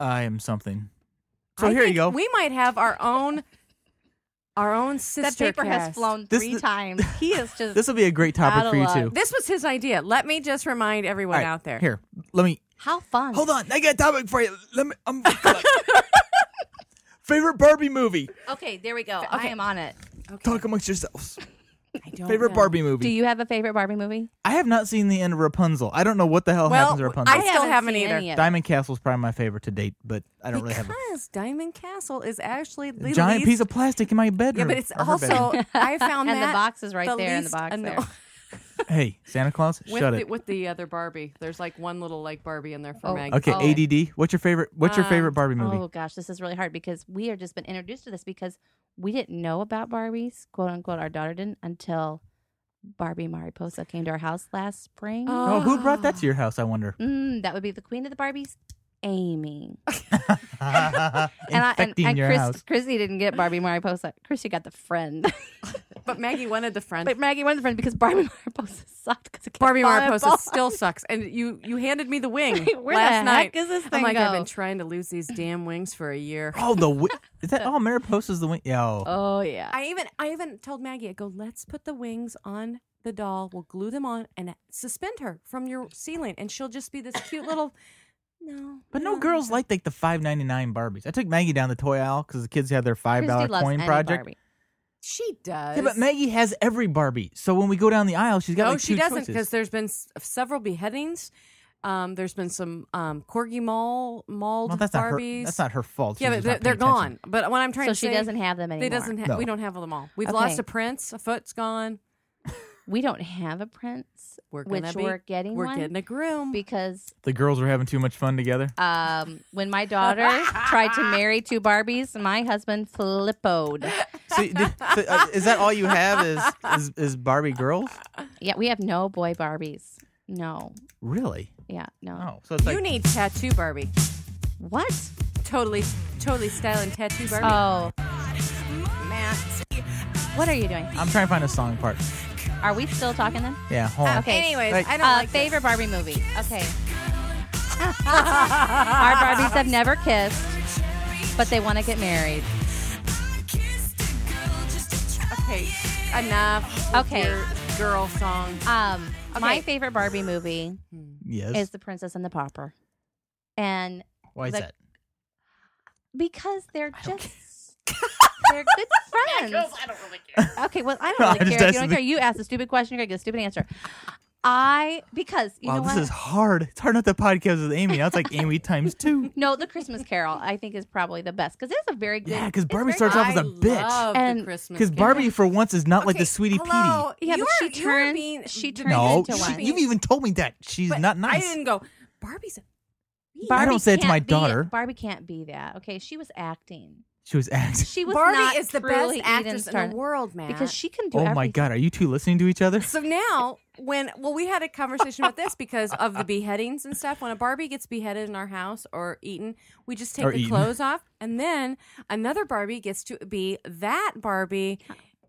Speaker 12: I am something. So
Speaker 13: I
Speaker 12: here you
Speaker 13: think
Speaker 12: go.
Speaker 13: We might have our own, our own
Speaker 1: that
Speaker 13: sister.
Speaker 1: paper
Speaker 13: cast.
Speaker 1: has flown
Speaker 12: This
Speaker 1: three
Speaker 12: is-
Speaker 1: times. He is just.
Speaker 12: this will be a great
Speaker 1: Out
Speaker 12: topic
Speaker 1: of
Speaker 12: for you
Speaker 1: luck.
Speaker 12: too.
Speaker 13: This was his idea. Let me just remind everyone
Speaker 12: All right,
Speaker 13: out there.
Speaker 12: Here, let me
Speaker 1: how fun.
Speaker 12: Hold on, I got a topic for you. Let me. I'm, favorite Barbie movie.
Speaker 1: Okay, there we go. I
Speaker 13: Okay.
Speaker 1: am on it.
Speaker 12: Talk amongst yourselves.
Speaker 13: I don't
Speaker 12: Favorite
Speaker 13: know.
Speaker 12: Barbie
Speaker 1: Do
Speaker 12: movie.
Speaker 1: you have a favorite Barbie movie?
Speaker 12: I have not seen the end of Rapunzel. I don't know what the hell
Speaker 13: Well,
Speaker 12: happens to
Speaker 13: I
Speaker 12: Rapunzel.
Speaker 13: still
Speaker 1: haven't
Speaker 13: haven't,
Speaker 1: seen
Speaker 13: either.
Speaker 1: any yet.
Speaker 12: Diamond Castle is probably my favorite to date, but I don't really have a
Speaker 13: Because Diamond Castle is actually the
Speaker 12: giant
Speaker 13: least,
Speaker 12: piece of plastic in my bedroom.
Speaker 13: Yeah, but it's
Speaker 12: or her
Speaker 13: also
Speaker 12: bedroom.
Speaker 13: I found
Speaker 1: And the
Speaker 13: that
Speaker 1: box is right there in the
Speaker 13: least
Speaker 1: box
Speaker 13: anno-
Speaker 1: there.
Speaker 12: hey Santa Claus,
Speaker 13: with
Speaker 12: shut
Speaker 13: the,
Speaker 12: it.
Speaker 13: with the other Barbie. There's like one little like Barbie in there for
Speaker 1: Oh.
Speaker 13: Maggie.
Speaker 12: Okay,
Speaker 1: Oh.
Speaker 12: ADD. What's your favorite? What's your
Speaker 13: Um,
Speaker 12: favorite Barbie movie?
Speaker 1: Oh gosh, this is really hard because we are just been introduced to this because we didn't know about Barbies, quote unquote. Our daughter didn't until Barbie Mariposa came to our house last spring.
Speaker 12: oh, who brought that to your house? I wonder.
Speaker 1: Mm, that would be the queen of the Barbies, Amy.
Speaker 12: Infecting
Speaker 1: and I and, and
Speaker 12: your
Speaker 1: Chris,
Speaker 12: house.
Speaker 1: Chrissy didn't get Barbie Mariposa. Chrissy got the friend,
Speaker 13: But Maggie wanted the friend.
Speaker 1: but Maggie won the friend because Barbie Mariposa sucked. Because
Speaker 13: Barbie Mariposa still sucks, and you you handed me the wing
Speaker 1: Where
Speaker 13: last
Speaker 1: the
Speaker 13: night.
Speaker 1: heck is this
Speaker 13: I'm
Speaker 1: thing
Speaker 13: like, I've been
Speaker 1: go?
Speaker 13: trying to lose these damn wings for a year.
Speaker 12: Oh, the wi- is that? Oh, Mariposa's the wing. Yeah. oh.
Speaker 1: Oh yeah.
Speaker 13: I even I even told Maggie, I go, let's put the wings on the doll. We'll glue them on and suspend her from your ceiling, and she'll just be this cute little. No,
Speaker 12: But no girls like like the five ninety nine Barbies. I took Maggie down the toy aisle because the kids had their five
Speaker 1: Chrissy
Speaker 12: dollar
Speaker 1: loves
Speaker 12: coin
Speaker 1: any
Speaker 12: project.
Speaker 1: Barbie.
Speaker 13: She does.
Speaker 12: Yeah, but Maggie has every Barbie. So when we go down the aisle, she's got
Speaker 13: no,
Speaker 12: like
Speaker 13: Oh, she
Speaker 12: two
Speaker 13: doesn't because
Speaker 12: choices.
Speaker 13: there's been s- several beheadings. Um, there's been some um, corgi mall mauled
Speaker 12: Well, that's not her.
Speaker 13: Barbies.
Speaker 12: That's not her fault.
Speaker 13: Yeah, but
Speaker 12: She's just
Speaker 13: they're,
Speaker 12: not
Speaker 13: they're
Speaker 12: paying attention.
Speaker 13: gone. But what I'm trying
Speaker 1: So
Speaker 13: to
Speaker 1: she
Speaker 13: say,
Speaker 1: doesn't have them anymore.
Speaker 13: They doesn't. Ha-
Speaker 12: No.
Speaker 13: We don't have them all. We've
Speaker 1: Okay.
Speaker 13: lost a prince. A foot's gone.
Speaker 1: we don't have a prince,
Speaker 13: We're
Speaker 1: which
Speaker 13: gonna be-
Speaker 1: we're getting.
Speaker 13: we're
Speaker 1: one
Speaker 13: getting a groom
Speaker 1: because
Speaker 12: The girls are having too much fun together.
Speaker 1: um, when my daughter tried to marry two Barbies, my husband flippoed.
Speaker 12: So, uh, is that all you have? Is, is is Barbie girls?
Speaker 1: Yeah, we have no boy Barbies. No.
Speaker 12: Really?
Speaker 1: Yeah, no.
Speaker 12: Oh, so it's
Speaker 13: you
Speaker 12: like-
Speaker 13: need tattoo Barbie.
Speaker 1: What?
Speaker 13: Totally, totally styling tattoo Barbie.
Speaker 1: Oh, What are you doing?
Speaker 12: I'm trying to find a song part.
Speaker 1: Are we still talking then?
Speaker 12: Yeah, hold on.
Speaker 1: Okay.
Speaker 13: Anyways,
Speaker 12: Like-
Speaker 13: I don't
Speaker 1: uh,
Speaker 13: like this.
Speaker 1: favorite Barbie movie. Okay. Our Barbies have never kissed, but they want to get married.
Speaker 13: okay, enough. with
Speaker 1: Okay.
Speaker 13: your girl song.
Speaker 1: Um, my
Speaker 13: Okay.
Speaker 1: favorite Barbie movie
Speaker 12: Yes.
Speaker 1: is The Princess and the Pauper, and
Speaker 12: Why is
Speaker 1: the-
Speaker 12: that?
Speaker 1: Because they're just they're good friends. I don't really care. Okay, well I
Speaker 12: No,
Speaker 1: don't
Speaker 12: I
Speaker 1: really
Speaker 12: just
Speaker 1: care. If
Speaker 12: asked
Speaker 1: you don't
Speaker 12: the-
Speaker 1: care. You asked a stupid question, you're gonna get a stupid answer. I because you
Speaker 12: wow,
Speaker 1: know
Speaker 12: this
Speaker 1: what?
Speaker 12: is hard. It's hard not to podcast with Amy. That's like Amy times two.
Speaker 1: No, the Christmas Carol I think is probably the best because it's a very good.
Speaker 12: Yeah, because
Speaker 1: it's
Speaker 12: Barbie
Speaker 1: very
Speaker 12: starts off as
Speaker 1: good.
Speaker 12: a bitch.
Speaker 1: Christmas
Speaker 12: Because Barbie, for once, is not like the sweetie
Speaker 13: Hello.
Speaker 1: Yeah,
Speaker 13: you
Speaker 1: but she
Speaker 13: are, you are
Speaker 1: turns-
Speaker 13: being
Speaker 1: she
Speaker 12: Petey.
Speaker 1: turns
Speaker 12: No,
Speaker 1: into
Speaker 12: she-
Speaker 1: one.
Speaker 12: you've even told me that she's not
Speaker 13: I
Speaker 12: nice.
Speaker 13: didn't go. Barbie's. A
Speaker 12: I don't say it to
Speaker 1: can't
Speaker 12: my
Speaker 1: be-
Speaker 12: daughter.
Speaker 1: Barbie can't be that. Okay, she was acting.
Speaker 12: She was acting.
Speaker 1: She was
Speaker 13: Barbie
Speaker 1: not
Speaker 13: is the best
Speaker 1: truly
Speaker 13: actress
Speaker 1: Eden's
Speaker 13: in the
Speaker 1: daughter.
Speaker 13: world, Matt.
Speaker 1: Because she can do
Speaker 12: Oh
Speaker 1: everything.
Speaker 12: my god, are you two listening to each other?
Speaker 13: So now, when well, we had a conversation about this because of the beheadings and stuff. When a Barbie gets beheaded in our house or eaten, we just take
Speaker 12: Or
Speaker 13: the
Speaker 12: eaten.
Speaker 13: clothes off, and then another Barbie gets to be that Barbie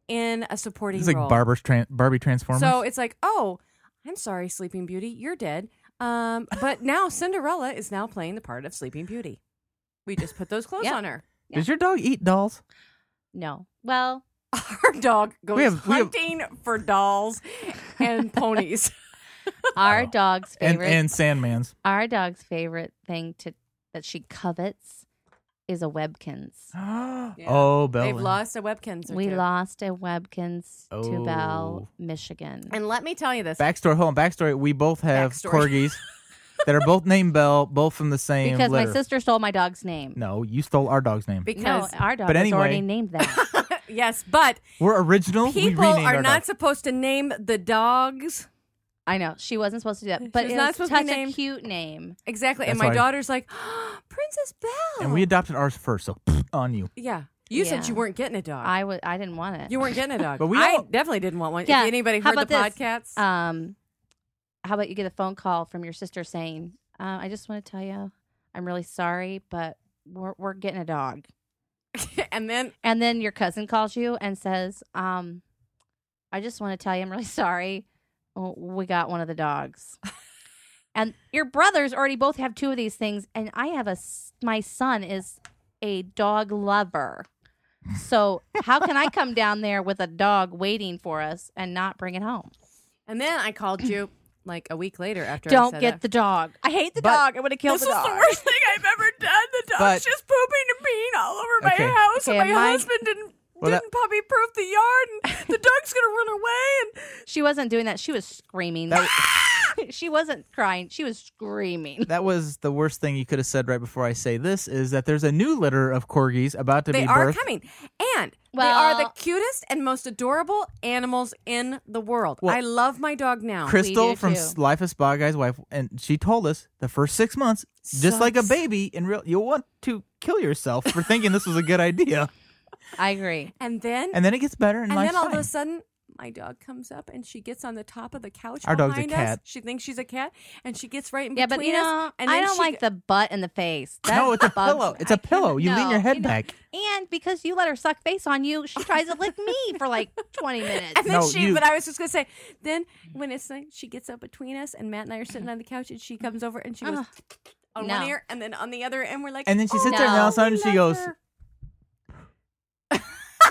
Speaker 13: in a supporting
Speaker 12: It's like
Speaker 13: role.
Speaker 12: Barbers tran Barbie Transformers.
Speaker 13: So it's like, oh, I'm sorry, Sleeping Beauty, you're dead. Um, but now Cinderella is now playing the part of Sleeping Beauty. We just put those clothes
Speaker 1: Yep.
Speaker 13: on her.
Speaker 12: Does your dog eat dolls?
Speaker 1: No. Well,
Speaker 13: Our dog goes
Speaker 12: have- we have-
Speaker 13: hunting for dolls and ponies.
Speaker 1: our dog's
Speaker 12: Oh. And
Speaker 1: favorite
Speaker 12: and Sandman's.
Speaker 1: our dog's favorite thing to that she covets is a Webkins.
Speaker 12: Oh, Belle.
Speaker 13: They've lost a Webkins. Or
Speaker 1: We
Speaker 13: two.
Speaker 1: lost a Webkins to Bell,
Speaker 12: Oh.
Speaker 1: Michigan.
Speaker 13: And let me tell you this.
Speaker 12: Backstory. Hold on. Backstory. We both have
Speaker 13: Backstory.
Speaker 12: corgis that are both named Belle, both from the same
Speaker 1: because
Speaker 12: letter.
Speaker 1: my sister stole my dog's name.
Speaker 12: No, you stole our dog's name.
Speaker 13: Because
Speaker 1: no, our dog
Speaker 12: But
Speaker 1: was
Speaker 12: anyway-
Speaker 1: already named that.
Speaker 13: yes, but
Speaker 12: We're original. we
Speaker 13: people
Speaker 12: renamed
Speaker 13: are
Speaker 12: our
Speaker 13: not
Speaker 12: dog.
Speaker 13: supposed to name the dogs.
Speaker 1: I know she wasn't supposed to do that, but
Speaker 13: was
Speaker 1: it's
Speaker 13: not supposed to
Speaker 1: such
Speaker 13: be
Speaker 1: a
Speaker 13: named-
Speaker 1: cute name.
Speaker 13: Exactly. and
Speaker 12: That's
Speaker 13: my
Speaker 12: why-
Speaker 13: daughter's like, "Oh, Princess Belle.
Speaker 12: And we adopted ours first, so on you.
Speaker 13: yeah. You said
Speaker 1: Yeah.
Speaker 13: you weren't getting a dog.
Speaker 1: I was I didn't want it.
Speaker 13: you weren't getting a dog.
Speaker 12: But we
Speaker 13: I
Speaker 12: all-
Speaker 13: definitely didn't want one.
Speaker 1: Yeah.
Speaker 13: If anybody
Speaker 1: How
Speaker 13: heard the
Speaker 1: about this?
Speaker 13: podcasts,
Speaker 1: Um, how about you get a phone call from your sister saying, uh, "I just want to tell you, I'm really sorry, but we're we're getting a dog."
Speaker 13: and then
Speaker 1: And then your cousin calls you and says, um, I just want to tell you I'm really sorry. Oh, We got one of the dogs. and your brothers already both have two of these things. And I have a, s- my son is a dog lover. So how can I come down there with a dog waiting for us and not bring it home?
Speaker 13: and then I called you like a week later after. I
Speaker 1: Don't
Speaker 13: said
Speaker 1: get
Speaker 13: that.
Speaker 1: the dog. I hate the
Speaker 12: But-
Speaker 1: dog. I would have killed
Speaker 13: This
Speaker 1: the
Speaker 13: is
Speaker 1: dog.
Speaker 13: the worst thing I've ever done. The dog's
Speaker 12: But-
Speaker 13: just pooping and peeing all over my
Speaker 12: Okay.
Speaker 13: house, and
Speaker 1: Okay,
Speaker 13: my
Speaker 1: and mine-
Speaker 13: husband didn't
Speaker 12: Well, that-
Speaker 13: didn't puppy proof the yard, and the dog's gonna run away. And
Speaker 1: She wasn't doing that. She was screaming. she wasn't crying. She was screaming.
Speaker 12: That was the worst thing you could have said right before I say this is that there's a new litter of corgis about to
Speaker 13: they
Speaker 12: be
Speaker 13: are
Speaker 12: birthed.
Speaker 13: coming, and they are the
Speaker 1: Well-
Speaker 13: cutest and most adorable animals in the world.
Speaker 12: Well-
Speaker 13: I love my dog now.
Speaker 1: We
Speaker 12: Crystal
Speaker 1: do
Speaker 12: from
Speaker 1: too.
Speaker 12: S- Life of Spa Guy's wife, and she told us the first six months, just like a
Speaker 13: Sucks.
Speaker 12: baby in real, you'll want to kill yourself for thinking this was a good idea.
Speaker 1: I agree.
Speaker 13: and then
Speaker 12: And then it gets better, and,
Speaker 13: and
Speaker 12: life's
Speaker 13: then all of
Speaker 12: fine.
Speaker 13: a sudden my dog comes up and she gets on the top of the couch
Speaker 12: Our dog's a
Speaker 13: behind us
Speaker 12: cat.
Speaker 13: she thinks she's a cat and she gets right in
Speaker 1: Yeah, but
Speaker 13: between
Speaker 1: you know,
Speaker 13: us and
Speaker 1: I
Speaker 13: then
Speaker 1: don't
Speaker 13: she
Speaker 1: like the butt and the face. That
Speaker 12: no, it's a
Speaker 1: bugs
Speaker 12: pillow.
Speaker 1: me.
Speaker 12: It's a
Speaker 1: I
Speaker 12: pillow.
Speaker 1: cannot-
Speaker 12: You lean your
Speaker 1: no,
Speaker 12: head
Speaker 1: you know-
Speaker 12: back.
Speaker 1: And because you let her suck face on you, she tries to lick me for like 20 minutes.
Speaker 13: And then
Speaker 12: No,
Speaker 13: she,
Speaker 12: you-
Speaker 13: but I was just gonna say, then when it's like she gets up between us and Matt and I are sitting on the couch and she comes over and she goes
Speaker 1: Ugh.
Speaker 13: on
Speaker 1: No.
Speaker 13: one ear and then on the other and we're like,
Speaker 12: And then she
Speaker 13: oh,
Speaker 12: sits there and all of a
Speaker 13: we
Speaker 12: sudden she
Speaker 13: love
Speaker 12: goes-
Speaker 13: her.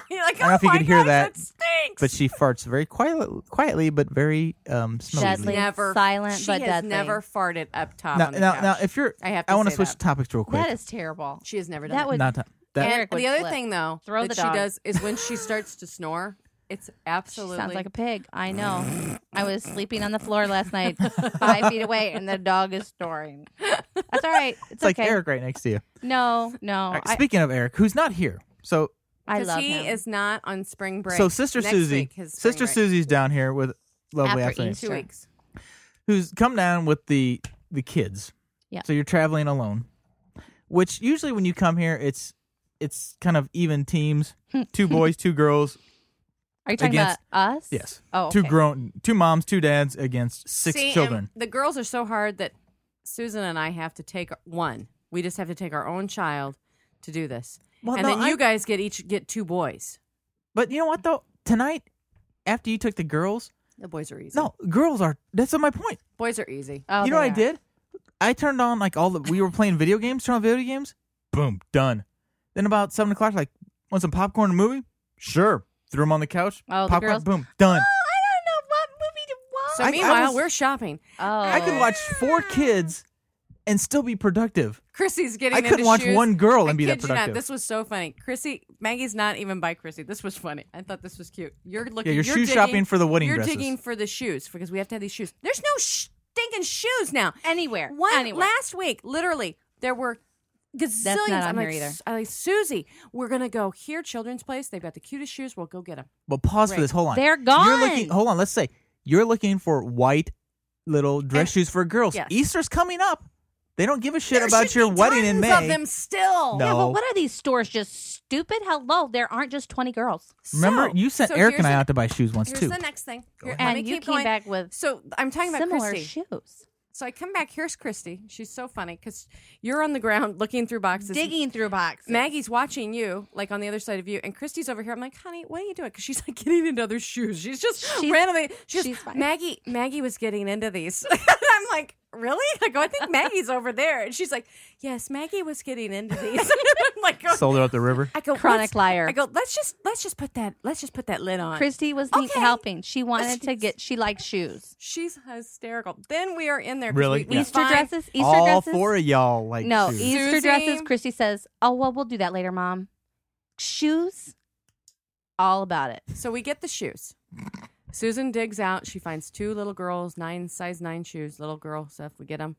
Speaker 13: You're like,
Speaker 12: I don't know
Speaker 13: "Oh
Speaker 12: if you
Speaker 13: my
Speaker 12: could hear
Speaker 13: gosh,
Speaker 12: that,
Speaker 13: stinks.
Speaker 12: But she farts very quiet, quietly, but very um,
Speaker 1: Deadly.
Speaker 12: smelly.
Speaker 13: never
Speaker 1: silent
Speaker 13: she
Speaker 1: but
Speaker 13: has
Speaker 1: deadly.
Speaker 13: never farted up top.
Speaker 12: Now,
Speaker 13: on the
Speaker 12: now,
Speaker 13: couch.
Speaker 12: now, if you're,
Speaker 13: I have to
Speaker 12: I want to
Speaker 13: say
Speaker 12: switch
Speaker 13: that.
Speaker 12: topics real quick.
Speaker 1: that is terrible.
Speaker 13: she has never done
Speaker 1: That
Speaker 13: that.
Speaker 1: would
Speaker 12: Not time. That,
Speaker 1: Eric
Speaker 13: and
Speaker 1: would
Speaker 13: the other
Speaker 1: flip.
Speaker 13: thing though
Speaker 1: Throw
Speaker 13: that
Speaker 1: the
Speaker 13: she
Speaker 1: dog.
Speaker 13: does is when she starts to snore, it's absolutely
Speaker 1: sounds like a pig. I know. I was sleeping on the floor last night, five feet away, and the dog is snoring. That's all right. It's,
Speaker 12: it's like
Speaker 1: okay.
Speaker 12: Eric right next to you.
Speaker 1: No, no.
Speaker 12: All right,
Speaker 1: I,
Speaker 12: speaking of Eric, who's not here, so
Speaker 1: I
Speaker 13: because
Speaker 1: love
Speaker 13: he
Speaker 1: him.
Speaker 13: is not on spring break.
Speaker 12: so sister
Speaker 13: Next
Speaker 12: Susie,
Speaker 13: week is spring
Speaker 12: sister
Speaker 13: break.
Speaker 12: Susie's down here with lovely
Speaker 1: After
Speaker 12: afternoon.
Speaker 1: Easter. Two weeks.
Speaker 12: Who's come down with the the kids.
Speaker 1: Yeah.
Speaker 12: So you're traveling alone. Which usually when you come here it's it's kind of even teams. two boys, two girls.
Speaker 1: Are you talking
Speaker 12: against-
Speaker 1: about us?
Speaker 12: Yes.
Speaker 1: Oh,
Speaker 12: Two
Speaker 1: okay.
Speaker 12: grown two moms, two dads against six
Speaker 13: See, and
Speaker 12: children.
Speaker 13: The girls are so hard that Susan and I have to take one. We just have to take our own child to do this,
Speaker 12: Well,
Speaker 13: and
Speaker 12: no,
Speaker 13: then you guys get each get two boys.
Speaker 12: But you know what though? Tonight, after you took the girls,
Speaker 13: The boys are easy.
Speaker 12: no, girls are. That's not my point.
Speaker 13: boys Oh, are easy.
Speaker 1: Oh,
Speaker 12: you know what I did? I turned on like all the. We were playing video games. Turned on video games. Boom, done. Then about seven o'clock, like want some popcorn and movie? Sure. Threw them on the couch.
Speaker 13: Oh, the
Speaker 12: popcorn.
Speaker 13: girls-
Speaker 12: Boom, done.
Speaker 13: So
Speaker 12: I- I
Speaker 13: meanwhile,
Speaker 12: was-
Speaker 13: we're shopping.
Speaker 1: Oh,
Speaker 12: I could watch four kids and still be productive.
Speaker 13: Chrissy's getting.
Speaker 12: I couldn't
Speaker 13: into
Speaker 12: watch
Speaker 13: shoes.
Speaker 12: one girl and
Speaker 13: I
Speaker 12: be that
Speaker 13: kid you not,
Speaker 12: productive.
Speaker 13: This was so funny. Chrissy, Maggie's not even by Chrissy. This was funny. I thought this was cute. You're looking.
Speaker 12: you're shoe
Speaker 13: digging-
Speaker 12: shopping for the wedding
Speaker 13: You're
Speaker 12: dresses.
Speaker 13: digging for the shoes because we have to have these shoes. There's no sh- stinking shoes now
Speaker 1: anywhere.
Speaker 13: One
Speaker 1: anywhere.
Speaker 13: last week, literally, there were gazillions.
Speaker 1: not on
Speaker 13: I'm
Speaker 1: here
Speaker 13: like,
Speaker 1: either.
Speaker 13: "S- I'm like Susie, we're gonna go here, Children's Place. They've got the cutest shoes. We'll go get them.
Speaker 12: But pause for
Speaker 13: Right.
Speaker 12: this. Hold on.
Speaker 13: They're
Speaker 12: You're
Speaker 13: gone.
Speaker 12: looking, hold on. Let's say you're looking for white little dress shoes for girls.
Speaker 13: yes.
Speaker 12: Easter's coming up. They don't give a shit about your wedding in May.
Speaker 13: still.
Speaker 1: Yeah,
Speaker 12: No.
Speaker 1: but what are these stores just stupid? Hello, there aren't just twenty girls.
Speaker 12: Remember, you sent Eric and I
Speaker 13: here's
Speaker 12: out to buy shoes once
Speaker 13: Here's
Speaker 12: too.
Speaker 13: the next thing. Here, let me
Speaker 1: and you
Speaker 13: keep
Speaker 1: came
Speaker 13: going.
Speaker 1: back with
Speaker 13: So I'm talking about
Speaker 1: similar
Speaker 13: Christy.
Speaker 1: shoes,
Speaker 13: So I come back. Here's Christy. She's so funny because you're on the ground looking through boxes,
Speaker 1: digging through boxes.
Speaker 13: Maggie's watching you, like on the other side of you, and Christy's over here. I'm like, honey, what are you doing? Because she's like getting into other shoes. She's just
Speaker 1: She's-
Speaker 13: randomly. She's,
Speaker 1: she's fine.
Speaker 13: Maggie. Maggie was getting into these. And I'm like, really? I go, I think Maggie's over there, and she's like, yes, Maggie was getting into these. I'm like, oh.
Speaker 12: Sold it up the river.
Speaker 13: I go
Speaker 1: Chronic
Speaker 13: "Let's-"
Speaker 1: liar.
Speaker 13: I go, let's just let's just put that let's just put that lid on.
Speaker 1: Christy was the- helping. She wanted to get. She liked shoes.
Speaker 13: She's hysterical. Then we are in there. 'cause
Speaker 12: Really?
Speaker 13: We, we
Speaker 12: Yeah.
Speaker 1: Easter
Speaker 13: find-
Speaker 1: dresses. Easter
Speaker 12: All
Speaker 1: dresses.
Speaker 12: four of y'all like
Speaker 1: no
Speaker 12: shoes.
Speaker 1: Easter
Speaker 13: Susie.
Speaker 1: dresses. Christy says, "Oh well, we'll do that later, mom." Shoes, all about it.
Speaker 13: So we get the shoes. Susan digs out. She finds two little girls, nine size nine shoes, little girl stuff. We get them.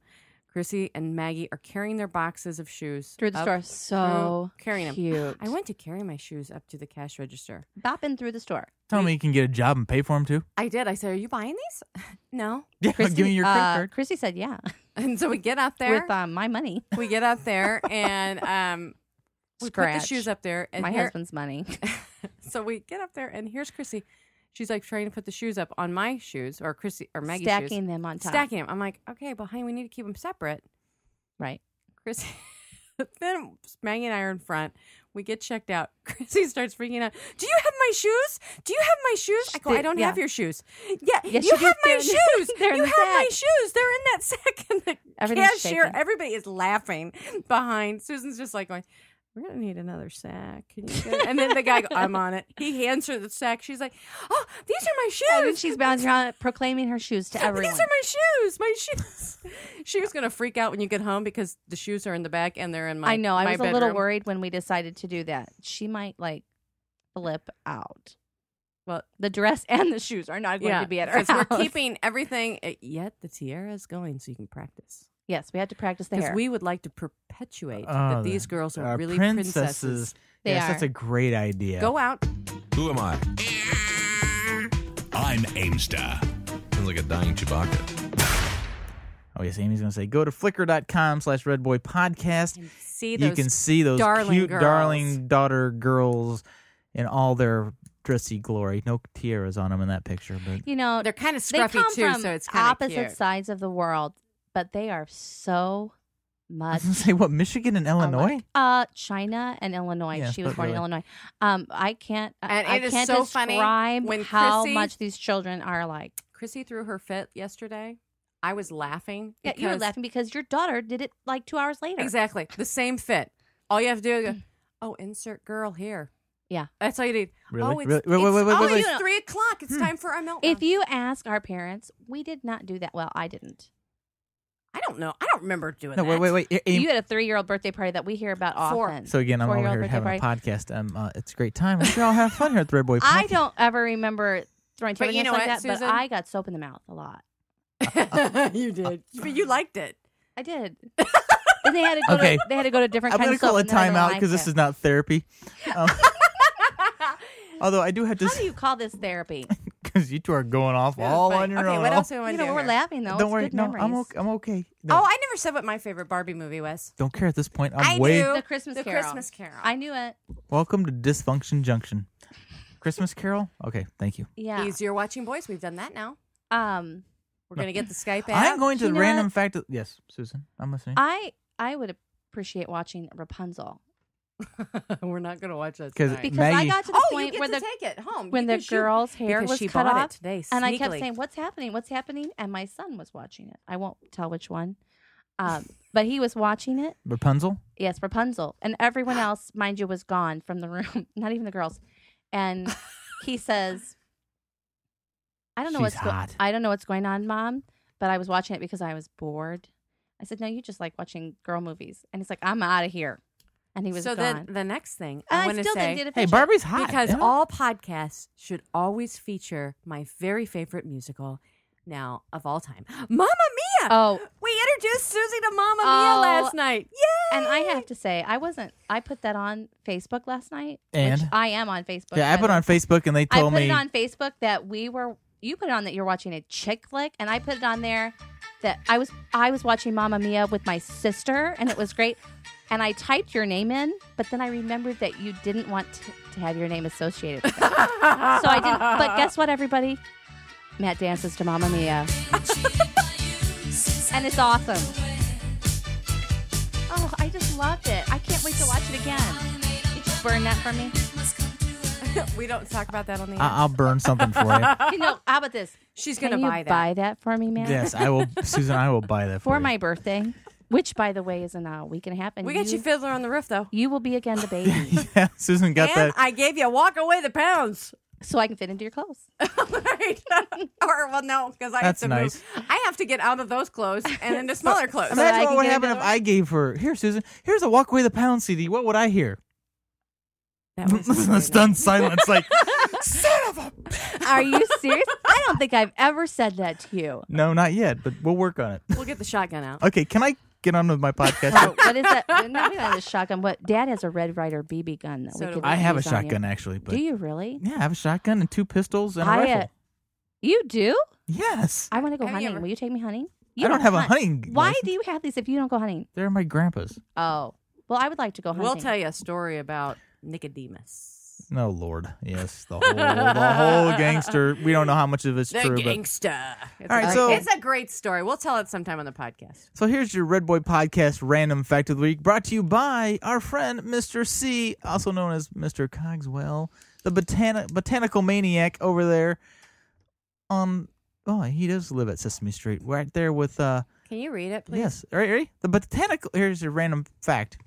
Speaker 13: Chrissy and Maggie are carrying their boxes of shoes
Speaker 1: Through the
Speaker 13: up
Speaker 1: store. So
Speaker 13: through- carrying
Speaker 1: cute.
Speaker 13: them. I went to carry my shoes up to the cash register.
Speaker 1: Bopping through the store.
Speaker 12: Tell me you can get a job and pay for them too.
Speaker 13: I did. I said, "Are you buying these?" no.
Speaker 12: Yeah, give me your credit
Speaker 1: uh,
Speaker 12: card.
Speaker 1: Christy said, "Yeah,
Speaker 13: And so we get up there.
Speaker 1: with uh, my money,
Speaker 13: we get up there and um, we put the
Speaker 1: Scratch.
Speaker 13: shoes up there. And
Speaker 1: my
Speaker 13: here-
Speaker 1: husband's money."
Speaker 13: so we get up there, and here's Chrissy. She's like trying to put the shoes up on my shoes or Chrissy or Maggie's shoes.
Speaker 1: Stacking them on top.
Speaker 13: Stacking them. I'm like, okay, but honey, we need to keep them separate.
Speaker 1: Right.
Speaker 13: Chrissy. then Maggie and I are in front. We get checked out. Chrissy starts freaking out. Do you have my shoes? Do you have my shoes? I go,
Speaker 1: They-
Speaker 13: I don't
Speaker 1: yeah.
Speaker 13: have your shoes. Yeah,
Speaker 1: Yes,
Speaker 13: you
Speaker 1: you do.
Speaker 13: have my
Speaker 1: They're in the-
Speaker 13: shoes.
Speaker 1: they're in
Speaker 13: you
Speaker 1: the
Speaker 13: have my
Speaker 1: sack.
Speaker 13: shoes. They're in that sack. And the
Speaker 1: Everything's
Speaker 13: cashier,
Speaker 1: shaking.
Speaker 13: everybody is laughing behind. Susan's just like going, we're gonna need another sack. Can you get-" and then the guy, go, I'm on it. He hands her the sack. She's like, "Oh, these are my shoes."
Speaker 1: And then she's bouncing around, proclaiming her shoes to everyone.
Speaker 13: These are my shoes. My shoes. she was gonna freak out when you get home because the shoes are in the back and they're in my.
Speaker 1: I know. I
Speaker 13: my
Speaker 1: was a little
Speaker 13: bedroom.
Speaker 1: worried when we decided to do that. She might like flip out.
Speaker 13: Well,
Speaker 1: The dress and the shoes are not going to be at our
Speaker 13: because
Speaker 1: house.
Speaker 13: We're keeping everything. uh, Yet the tiara is going, so you can practice.
Speaker 1: yes, we have to practice the
Speaker 13: Because
Speaker 1: hair.
Speaker 13: we would like to perpetuate
Speaker 12: Oh,
Speaker 13: that these girls are really princesses.
Speaker 1: They
Speaker 12: yes,
Speaker 1: are.
Speaker 12: that's a great idea.
Speaker 13: Go out.
Speaker 14: Who am I? I'm Aimstar. Sounds like a dying Chewbacca.
Speaker 12: Oh yes, Amy's gonna say go to flickr.com slash redboy podcast.
Speaker 13: See
Speaker 12: You
Speaker 13: those
Speaker 12: can see those
Speaker 13: darling
Speaker 12: cute
Speaker 13: girls.
Speaker 12: darling daughter girls in all their dressy glory. No tiaras on them in that picture, but
Speaker 1: you know,
Speaker 13: They're kind of
Speaker 1: they
Speaker 13: scruffy
Speaker 1: come
Speaker 13: too,
Speaker 1: from
Speaker 13: so it's kind of
Speaker 1: opposite sides of the world, but they are so
Speaker 12: I
Speaker 1: much
Speaker 12: was gonna say what Michigan and Illinois.
Speaker 1: Uh, China and Illinois.
Speaker 12: Yes,
Speaker 1: she was
Speaker 12: but
Speaker 1: born in
Speaker 12: really.
Speaker 1: Illinois. Um, I can't.
Speaker 13: And
Speaker 1: I
Speaker 13: it is
Speaker 1: can't
Speaker 13: so funny
Speaker 1: describe
Speaker 13: when
Speaker 1: how
Speaker 13: Chrissy-
Speaker 1: much these children are like.
Speaker 13: Chrissy threw her fit yesterday. I was laughing.
Speaker 1: Yeah, you were
Speaker 13: because-
Speaker 1: laughing because your daughter did it like two hours later.
Speaker 13: Exactly. The same fit. All you have to do is go, oh, insert girl here.
Speaker 1: Mm. Yeah.
Speaker 13: That's all you need.
Speaker 12: Really?
Speaker 13: Oh, it's,
Speaker 12: Really? Wait, wait,
Speaker 13: it's-
Speaker 12: wait, wait,
Speaker 13: oh,
Speaker 12: wait, wait. Hmm.
Speaker 13: it's three o'clock. It's time for our meltdown.
Speaker 1: If you ask our parents, we did not do that. Well, I didn't.
Speaker 13: I don't know. I don't remember doing
Speaker 12: No,
Speaker 13: that.
Speaker 12: wait, wait, wait. Amy-
Speaker 1: You had a three-year-old birthday party that we hear about
Speaker 13: Four.
Speaker 1: often.
Speaker 12: so again, I'm over
Speaker 1: Four-year-old
Speaker 12: here
Speaker 1: birthday
Speaker 12: having a
Speaker 1: party.
Speaker 12: podcast. Um, uh, it's a great time. We should all have fun here at the Red Boy.
Speaker 1: I
Speaker 12: Podcast.
Speaker 1: don't ever remember throwing
Speaker 13: But
Speaker 1: children
Speaker 13: you know what,
Speaker 1: like that,
Speaker 13: Susan?
Speaker 1: but I got soap in the mouth a lot.
Speaker 13: you did. But you liked it.
Speaker 1: I did. and they had to go.
Speaker 12: Okay.
Speaker 1: To, they had to go to different.
Speaker 12: I'm
Speaker 1: kinds
Speaker 12: gonna
Speaker 1: of
Speaker 12: call
Speaker 1: soap
Speaker 12: a
Speaker 1: and then I didn't
Speaker 12: timeout
Speaker 1: like
Speaker 12: because this
Speaker 1: it.
Speaker 12: is not therapy. Um, although I do have to.
Speaker 1: How do you call this therapy?
Speaker 12: because you two are going off all on your
Speaker 13: okay,
Speaker 12: own.
Speaker 13: what
Speaker 12: all-
Speaker 13: else do we want
Speaker 1: You
Speaker 13: to
Speaker 1: know,
Speaker 13: do?
Speaker 1: we're
Speaker 13: here?
Speaker 1: laughing though.
Speaker 12: Don't
Speaker 1: It's
Speaker 12: worry,
Speaker 1: good
Speaker 12: no,
Speaker 1: memories.
Speaker 12: I'm okay. I'm okay.
Speaker 13: Oh, I never said what my favorite Barbie movie was.
Speaker 12: Don't care at this point. I'm
Speaker 13: I
Speaker 12: way
Speaker 13: do.
Speaker 1: The Christmas
Speaker 13: The
Speaker 1: Carol.
Speaker 13: Christmas Carol.
Speaker 1: I knew it.
Speaker 12: welcome to Dysfunction Junction. Christmas Carol. Okay, thank you.
Speaker 1: Yeah.
Speaker 13: Easier watching boys. We've done that now.
Speaker 1: Um,
Speaker 13: We're gonna get the Skype app.
Speaker 12: I'm going to
Speaker 1: You
Speaker 12: the
Speaker 1: know
Speaker 12: random
Speaker 1: what?
Speaker 12: fact. Of, yes, Susan, I'm listening.
Speaker 1: I I would appreciate watching Rapunzel
Speaker 13: We're not gonna watch that
Speaker 12: 'Cause
Speaker 13: tonight.
Speaker 1: because I
Speaker 12: Maggie-
Speaker 1: got to the
Speaker 13: oh, you
Speaker 1: point
Speaker 13: get
Speaker 1: where
Speaker 13: to
Speaker 1: the
Speaker 13: take it home
Speaker 1: when
Speaker 13: You
Speaker 1: the
Speaker 13: can shoot-
Speaker 1: girl's hair
Speaker 13: because
Speaker 1: was
Speaker 13: she
Speaker 1: cut
Speaker 13: bought
Speaker 1: off
Speaker 13: it today,
Speaker 1: and I kept
Speaker 13: sneakily.
Speaker 1: saying, "What's happening? What's happening?" And my son was watching it. I won't tell which one, um, but he was watching it.
Speaker 12: Rapunzel.
Speaker 1: Yes, Rapunzel, and everyone else, mind you, was gone from the room. Not even the girls. And he says, "I don't know
Speaker 12: She's
Speaker 1: what's go-
Speaker 12: hot.
Speaker 1: I don't know what's going on, mom, but I was watching it because I was bored." I said, "No, you just like watching girl movies." And he's like, "I'm out of here," and he was
Speaker 13: so
Speaker 1: gone.
Speaker 13: then the next thing
Speaker 1: And I
Speaker 13: want to
Speaker 1: still
Speaker 13: say
Speaker 1: didn't get a
Speaker 12: Hey,
Speaker 1: picture.
Speaker 12: Barbie's hot
Speaker 13: because
Speaker 12: isn't it?
Speaker 13: all podcasts should always feature my very favorite musical now of all time, Mamma Mia.
Speaker 1: Oh.
Speaker 13: we introduced Susie to Mamma
Speaker 1: Oh.
Speaker 13: Mia last night. Yay!
Speaker 1: And I have to say, I wasn't. I put that on Facebook last night. which
Speaker 12: And?
Speaker 1: I am on Facebook.
Speaker 12: yeah, I
Speaker 1: by
Speaker 12: put
Speaker 1: the
Speaker 12: it on Facebook and they
Speaker 1: I
Speaker 12: told
Speaker 1: put
Speaker 12: me
Speaker 1: it on Facebook that we were. You put it on that you're watching a chick flick, and I put it on there that I was I was watching Mamma Mia with my sister, and it was great. And I typed your name in, but then I remembered that you didn't want to, to have your name associated. With it. so I didn't. But guess what, everybody? Matt dances to Mamma Mia, and it's awesome. Oh, I just loved it. I can't wait to watch it again. You just burn that for me.
Speaker 13: we don't talk about that on the.
Speaker 12: I- I'll burn something for you.
Speaker 1: You know, how about this?
Speaker 13: She's
Speaker 1: Can
Speaker 13: gonna
Speaker 1: you
Speaker 13: buy that.
Speaker 1: buy that for me, man?
Speaker 12: yes, I will, Susan. I will buy that for,
Speaker 1: for
Speaker 12: you.
Speaker 1: my birthday, which by the way is in a week and a half. And
Speaker 13: we got you Fiddler on the Roof though,
Speaker 1: you will be again the baby,
Speaker 12: yeah, Susan got
Speaker 13: and
Speaker 12: that.
Speaker 13: I gave you Walk Away the Pounds.
Speaker 1: so I can fit into your clothes.
Speaker 13: right? or well, no, because I
Speaker 12: That's
Speaker 13: have to
Speaker 12: nice.
Speaker 13: move. I have to get out of those clothes and into smaller clothes.
Speaker 1: I
Speaker 12: Imagine
Speaker 1: can
Speaker 12: what would
Speaker 1: get
Speaker 12: happen if
Speaker 1: another
Speaker 12: I gave her here, Susan. Here's a Walk Away the Pound CD. What would I hear?
Speaker 13: That was
Speaker 12: the stunned silence. Like,
Speaker 1: Are you serious? I don't think I've ever said that to you.
Speaker 12: no, not yet, but we'll work on it.
Speaker 13: We'll get the shotgun out.
Speaker 12: Okay, can I get on with my podcast?
Speaker 1: Oh, what is that? Not even a shotgun, but Dad has a Red Rider BB gun that
Speaker 13: So
Speaker 1: we
Speaker 13: do
Speaker 1: could
Speaker 12: I have a
Speaker 1: use on
Speaker 12: shotgun
Speaker 1: You.
Speaker 12: actually, but
Speaker 1: Do you really?
Speaker 12: yeah, I have a shotgun and two pistols and a
Speaker 1: I, uh,
Speaker 12: rifle.
Speaker 1: You do?
Speaker 12: yes,
Speaker 1: I want to go
Speaker 13: Have you
Speaker 1: hunting.
Speaker 13: ever-
Speaker 1: Will you take me hunting?
Speaker 12: I
Speaker 1: You
Speaker 12: don't have a
Speaker 1: hunt.
Speaker 12: hunting
Speaker 1: Why
Speaker 12: license.
Speaker 1: do you have these if you don't go hunting?
Speaker 12: they're my grandpa's.
Speaker 1: Oh, well, I would like to go hunting.
Speaker 13: We'll tell you a story about Nicodemus.
Speaker 12: No, Lord, yes, the whole the whole gangster. We don't know how much of it's
Speaker 13: The
Speaker 12: true, but
Speaker 13: gangster. It's
Speaker 12: All
Speaker 13: a
Speaker 12: right,
Speaker 13: great-
Speaker 12: so-
Speaker 13: it's a great story. We'll tell it sometime on the podcast.
Speaker 12: So here's your Red Boy Podcast random fact of the week brought to you by our friend Mr. C, also known as Mr. Cogswell, the botani- botanical maniac over there on oh, he does live at Sesame Street, right there with uh
Speaker 13: Can you read it, please?
Speaker 12: yes. All right, ready? The botanical here's your random fact.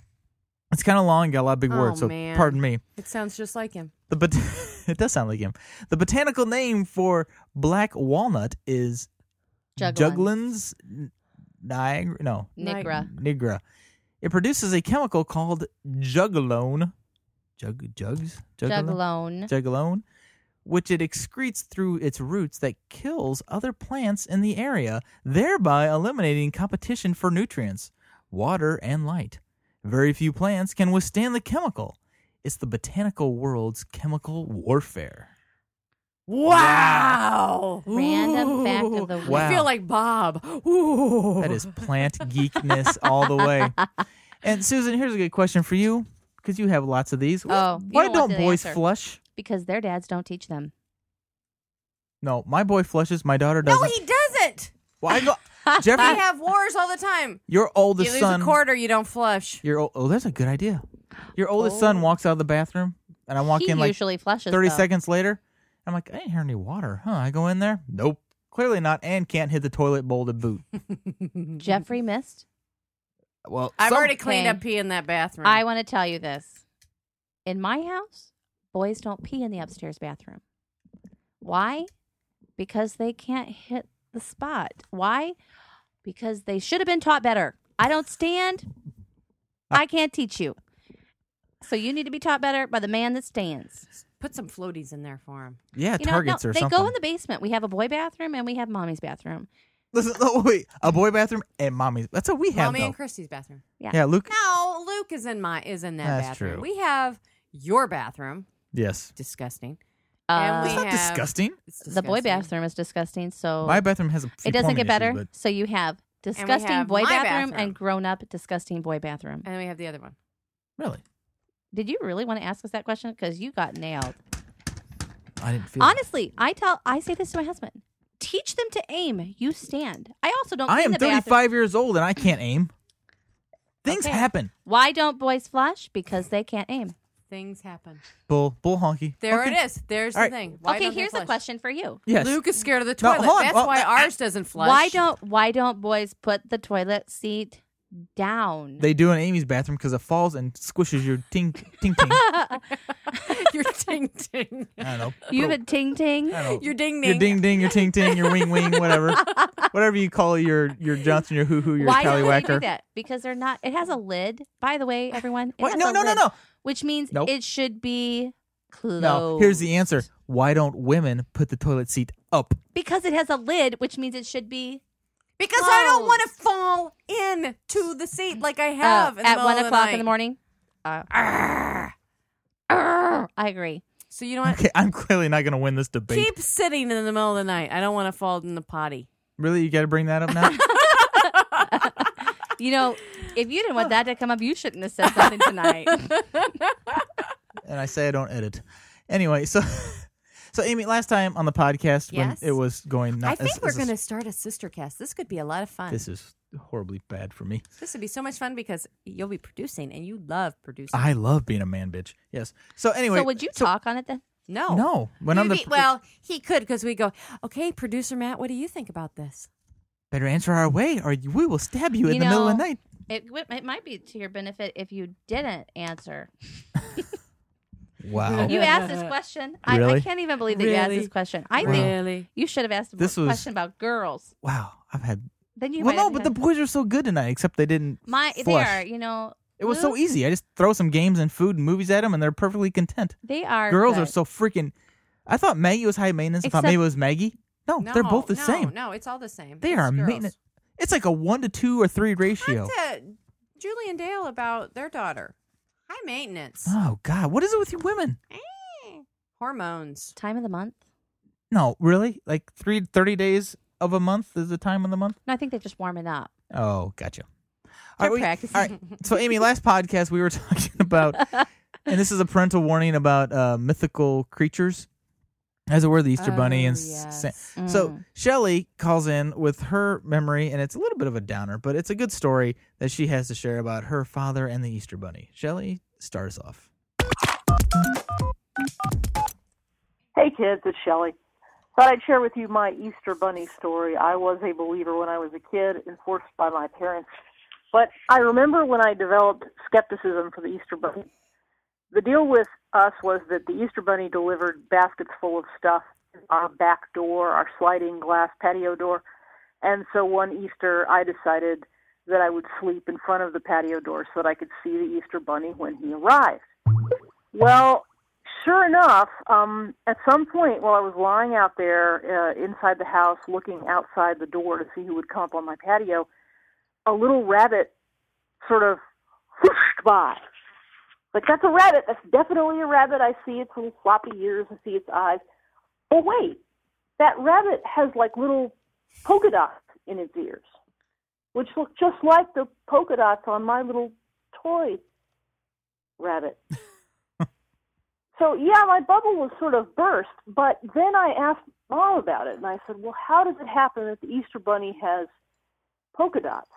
Speaker 12: It's kinda long, got a lot of big
Speaker 13: Oh,
Speaker 12: words, so
Speaker 13: man.
Speaker 12: pardon me.
Speaker 13: It sounds just like him.
Speaker 12: The bot- it does sound like him. The botanical name for black walnut is Juglans Niagara no.
Speaker 1: Nigra.
Speaker 12: Nigra. It produces a chemical called jugalone. Jug jugs?
Speaker 1: Juglone.
Speaker 12: Jugalone, which it excretes through its roots that kills other plants in the area, thereby eliminating competition for nutrients, water, and light. Very few plants can withstand the chemical. It's the botanical world's chemical warfare.
Speaker 13: Wow.
Speaker 1: Random fact of the week.
Speaker 12: Wow.
Speaker 13: Oh, I feel like Bob. Ooh.
Speaker 12: That is plant geekness all the way. And Susan, here's a good question for you because you have lots of these.
Speaker 1: Oh, you
Speaker 12: why
Speaker 1: don't
Speaker 12: don't,
Speaker 1: want the
Speaker 12: boys
Speaker 1: answer.
Speaker 12: flush?
Speaker 1: Because their dads don't teach them.
Speaker 12: No, my boy flushes. My daughter doesn't.
Speaker 13: No, he doesn't.
Speaker 12: Why go,
Speaker 13: We
Speaker 12: Jeffrey?
Speaker 13: have wars all the time.
Speaker 12: your
Speaker 13: you
Speaker 12: oldest
Speaker 13: lose
Speaker 12: son.
Speaker 13: a quarter, you don't flush.
Speaker 12: Your ol- oh, that's a good idea. Your oldest son walks out of the bathroom, and I walk
Speaker 1: Oh. he
Speaker 12: in like
Speaker 1: usually flushes.
Speaker 12: thirty
Speaker 1: though.
Speaker 12: seconds later. I'm like, I didn't hear any water, huh? I go in there, nope, clearly not, and can't hit the toilet bowl to boot.
Speaker 1: Jeffrey missed.
Speaker 12: Well,
Speaker 13: I've
Speaker 12: some-
Speaker 13: already cleaned
Speaker 1: Okay.
Speaker 13: up pee in that bathroom.
Speaker 1: I want to tell you this. In my house, boys don't pee in the upstairs bathroom. Why? Because they can't hit the spot. Why? Because they should have been taught better. I don't stand. I can't teach you. So you need to be taught better by the man that stands.
Speaker 13: Put some floaties in there for him.
Speaker 12: yeah,
Speaker 1: You know, no,
Speaker 12: targets or
Speaker 1: they
Speaker 12: something.
Speaker 1: go in the basement. We have a boy bathroom and we have mommy's bathroom.
Speaker 12: Listen, oh, wait, a boy bathroom and mommy's. That's what we have.
Speaker 13: Mommy
Speaker 12: though.
Speaker 13: and Christy's bathroom.
Speaker 1: Yeah.
Speaker 12: Yeah, Luke.
Speaker 13: No, Luke is in my is in that
Speaker 12: That's
Speaker 13: bathroom.
Speaker 12: true.
Speaker 13: We have your bathroom.
Speaker 12: Yes.
Speaker 13: Disgusting.
Speaker 1: Uh,
Speaker 12: It's not disgusting.
Speaker 1: The boy bathroom is disgusting. So
Speaker 12: My bathroom has a few
Speaker 1: Oh. It doesn't
Speaker 12: plumbing
Speaker 1: get better.
Speaker 12: issues,
Speaker 1: So you have disgusting
Speaker 13: have
Speaker 1: boy
Speaker 13: my
Speaker 1: bathroom,
Speaker 13: bathroom. Uh,
Speaker 1: and grown up disgusting boy bathroom.
Speaker 13: And then we have the other one.
Speaker 12: Really?
Speaker 1: Did you really want to ask us that question? Because you got nailed.
Speaker 12: but I didn't feel.
Speaker 1: Honestly, I tell I say this to my husband. Teach them to aim. You stand. I also don't.
Speaker 12: I
Speaker 1: clean
Speaker 12: am
Speaker 1: the bathroom.
Speaker 12: 35 years old and I can't aim. Things
Speaker 1: Okay.
Speaker 12: happen.
Speaker 1: Why don't boys flash? Because they can't aim.
Speaker 13: Things happen.
Speaker 12: Bull, bull honky.
Speaker 13: There
Speaker 1: Okay.
Speaker 13: it is. There's
Speaker 1: All
Speaker 13: the
Speaker 1: right.
Speaker 13: thing. Why
Speaker 1: Okay,
Speaker 13: don't they
Speaker 1: here's a
Speaker 13: flush?
Speaker 1: question for you.
Speaker 12: Yes.
Speaker 13: Luke is scared of the
Speaker 12: No,
Speaker 13: toilet.
Speaker 12: hold on.
Speaker 13: That's
Speaker 12: Well,
Speaker 13: why
Speaker 12: I-
Speaker 13: ours doesn't flush.
Speaker 1: Why don't Why don't boys put the toilet seat down?
Speaker 12: They do in Amy's bathroom because it falls and squishes your ting ting ting.
Speaker 13: your ting ting?
Speaker 12: I don't know.
Speaker 1: You have a ting ting.
Speaker 12: I don't-
Speaker 13: Your ding
Speaker 12: Your
Speaker 13: ding.
Speaker 12: ding ding, your ting ting, your wing wing, whatever, whatever you call your your Johnson, your hoo hoo, your
Speaker 1: Why don't they
Speaker 12: tallywhacker.
Speaker 1: do that? Because they're not. It has a lid. By the way, everyone. It
Speaker 12: What?
Speaker 1: has
Speaker 12: No,
Speaker 1: a
Speaker 12: no, no,
Speaker 1: lid,
Speaker 12: no.
Speaker 1: Which means
Speaker 12: Nope.
Speaker 1: it should be closed.
Speaker 12: No, here's the answer. Why don't women put the toilet seat up?
Speaker 1: Because it has a lid, which means it should be.
Speaker 13: Because I don't want to fall in to the seat like I have in the
Speaker 1: uh, at
Speaker 13: middle
Speaker 1: one
Speaker 13: of the
Speaker 1: o'clock
Speaker 13: night.
Speaker 1: in the morning. Uh, I agree.
Speaker 13: So you know what?
Speaker 12: Okay, I'm clearly not going to win this debate.
Speaker 13: Keep sitting in the middle of the night. I don't want to fall in the potty.
Speaker 12: Really, you got to bring that up now.
Speaker 1: You know, if you didn't want that to come up, you shouldn't have said something tonight.
Speaker 12: and I say I don't edit. Anyway, so so Amy, last time on the
Speaker 13: Yes.
Speaker 12: podcast when it was going, not
Speaker 13: I think
Speaker 12: as-
Speaker 13: we're
Speaker 12: as-
Speaker 13: going to start a sister cast. This could be a lot of fun.
Speaker 12: This is horribly bad for me.
Speaker 13: This would be so much fun because you'll be producing and you love producing.
Speaker 12: I love being a man bitch. Yes. So anyway,
Speaker 13: So would
Speaker 1: you talk on it then?
Speaker 13: No.
Speaker 12: No. When I'm
Speaker 13: You'd
Speaker 12: the-
Speaker 13: be- well, he could because we go, okay, producer Matt, what do you think about this?
Speaker 12: better answer our way, or we will stab you, in the middle of the night.
Speaker 1: It, w- it might be to your benefit if you didn't answer.
Speaker 12: Wow.
Speaker 1: You asked this question. I, I
Speaker 12: Oh. Really?
Speaker 1: can't even believe that you asked
Speaker 13: Really?
Speaker 1: this question. I think
Speaker 12: Really?
Speaker 1: you should have asked this
Speaker 12: This was-
Speaker 1: question about girls.
Speaker 12: Wow, I've had.
Speaker 1: Then you
Speaker 12: well,
Speaker 1: might
Speaker 12: no,
Speaker 1: have
Speaker 12: but the
Speaker 1: had-
Speaker 12: boys are so good tonight. Except they didn't.
Speaker 1: My, they
Speaker 12: flush.
Speaker 1: are, Hmm? you know.
Speaker 12: It was so
Speaker 1: Luke,
Speaker 12: easy. I just throw some games and food and movies at them, and they're perfectly content.
Speaker 1: They are
Speaker 12: Girls are
Speaker 1: good.
Speaker 12: so freaking. I thought Maggie was high maintenance. I
Speaker 13: Except-
Speaker 12: thought maybe it was Maggie. No, they're both the
Speaker 13: no,
Speaker 12: same.
Speaker 13: No, it's all the same.
Speaker 12: They
Speaker 13: It's
Speaker 12: are
Speaker 13: girls.
Speaker 12: maintenance. It's like a one to two or three ratio.
Speaker 13: Talk to Julie and Dale about their daughter. High maintenance.
Speaker 12: Oh God, what is it with you women?
Speaker 13: Hormones.
Speaker 1: Time of the month.
Speaker 12: No, really? Like three 30 days of a month is the time of the month?
Speaker 1: No, I think they're just warming up.
Speaker 12: Oh, gotcha.
Speaker 1: They're
Speaker 12: All right, we-
Speaker 1: practicing.
Speaker 12: all right. So, Amy, last podcast we were talking about, and this is a parental warning about uh, mythical creatures, as it were, the Easter Bunny and s- Sa- so Shelley calls in with her memory, and it's a little bit of a downer, but it's a good story that she has to share about her father and the Easter Bunny. Shelley starts off.
Speaker 15: Hey kids, it's Shelley. Thought I'd share with you my Easter Bunny story. I was a believer when I was a kid, enforced by my parents. But I remember when I developed skepticism for the Easter Bunny. The deal with us was that the Easter Bunny delivered baskets full of stuff, to our back door, our sliding glass patio door. And so one Easter, I decided that I would sleep in front of the patio door so that I could see the Easter Bunny when he arrived. Well, sure enough, um, at some point while I was lying out there uh, inside the house looking outside the door to see who would come up on my patio, a little rabbit sort of whooshed by. Like, that's a rabbit. That's definitely a rabbit. I see its little floppy ears. I see its eyes. But wait, that rabbit has like little polka dots in its ears, which look just like the polka dots on my little toy rabbit. So yeah, my bubble was sort of burst, but then I asked mom about it and I said, Well, how does it happen that the Easter bunny has polka dots?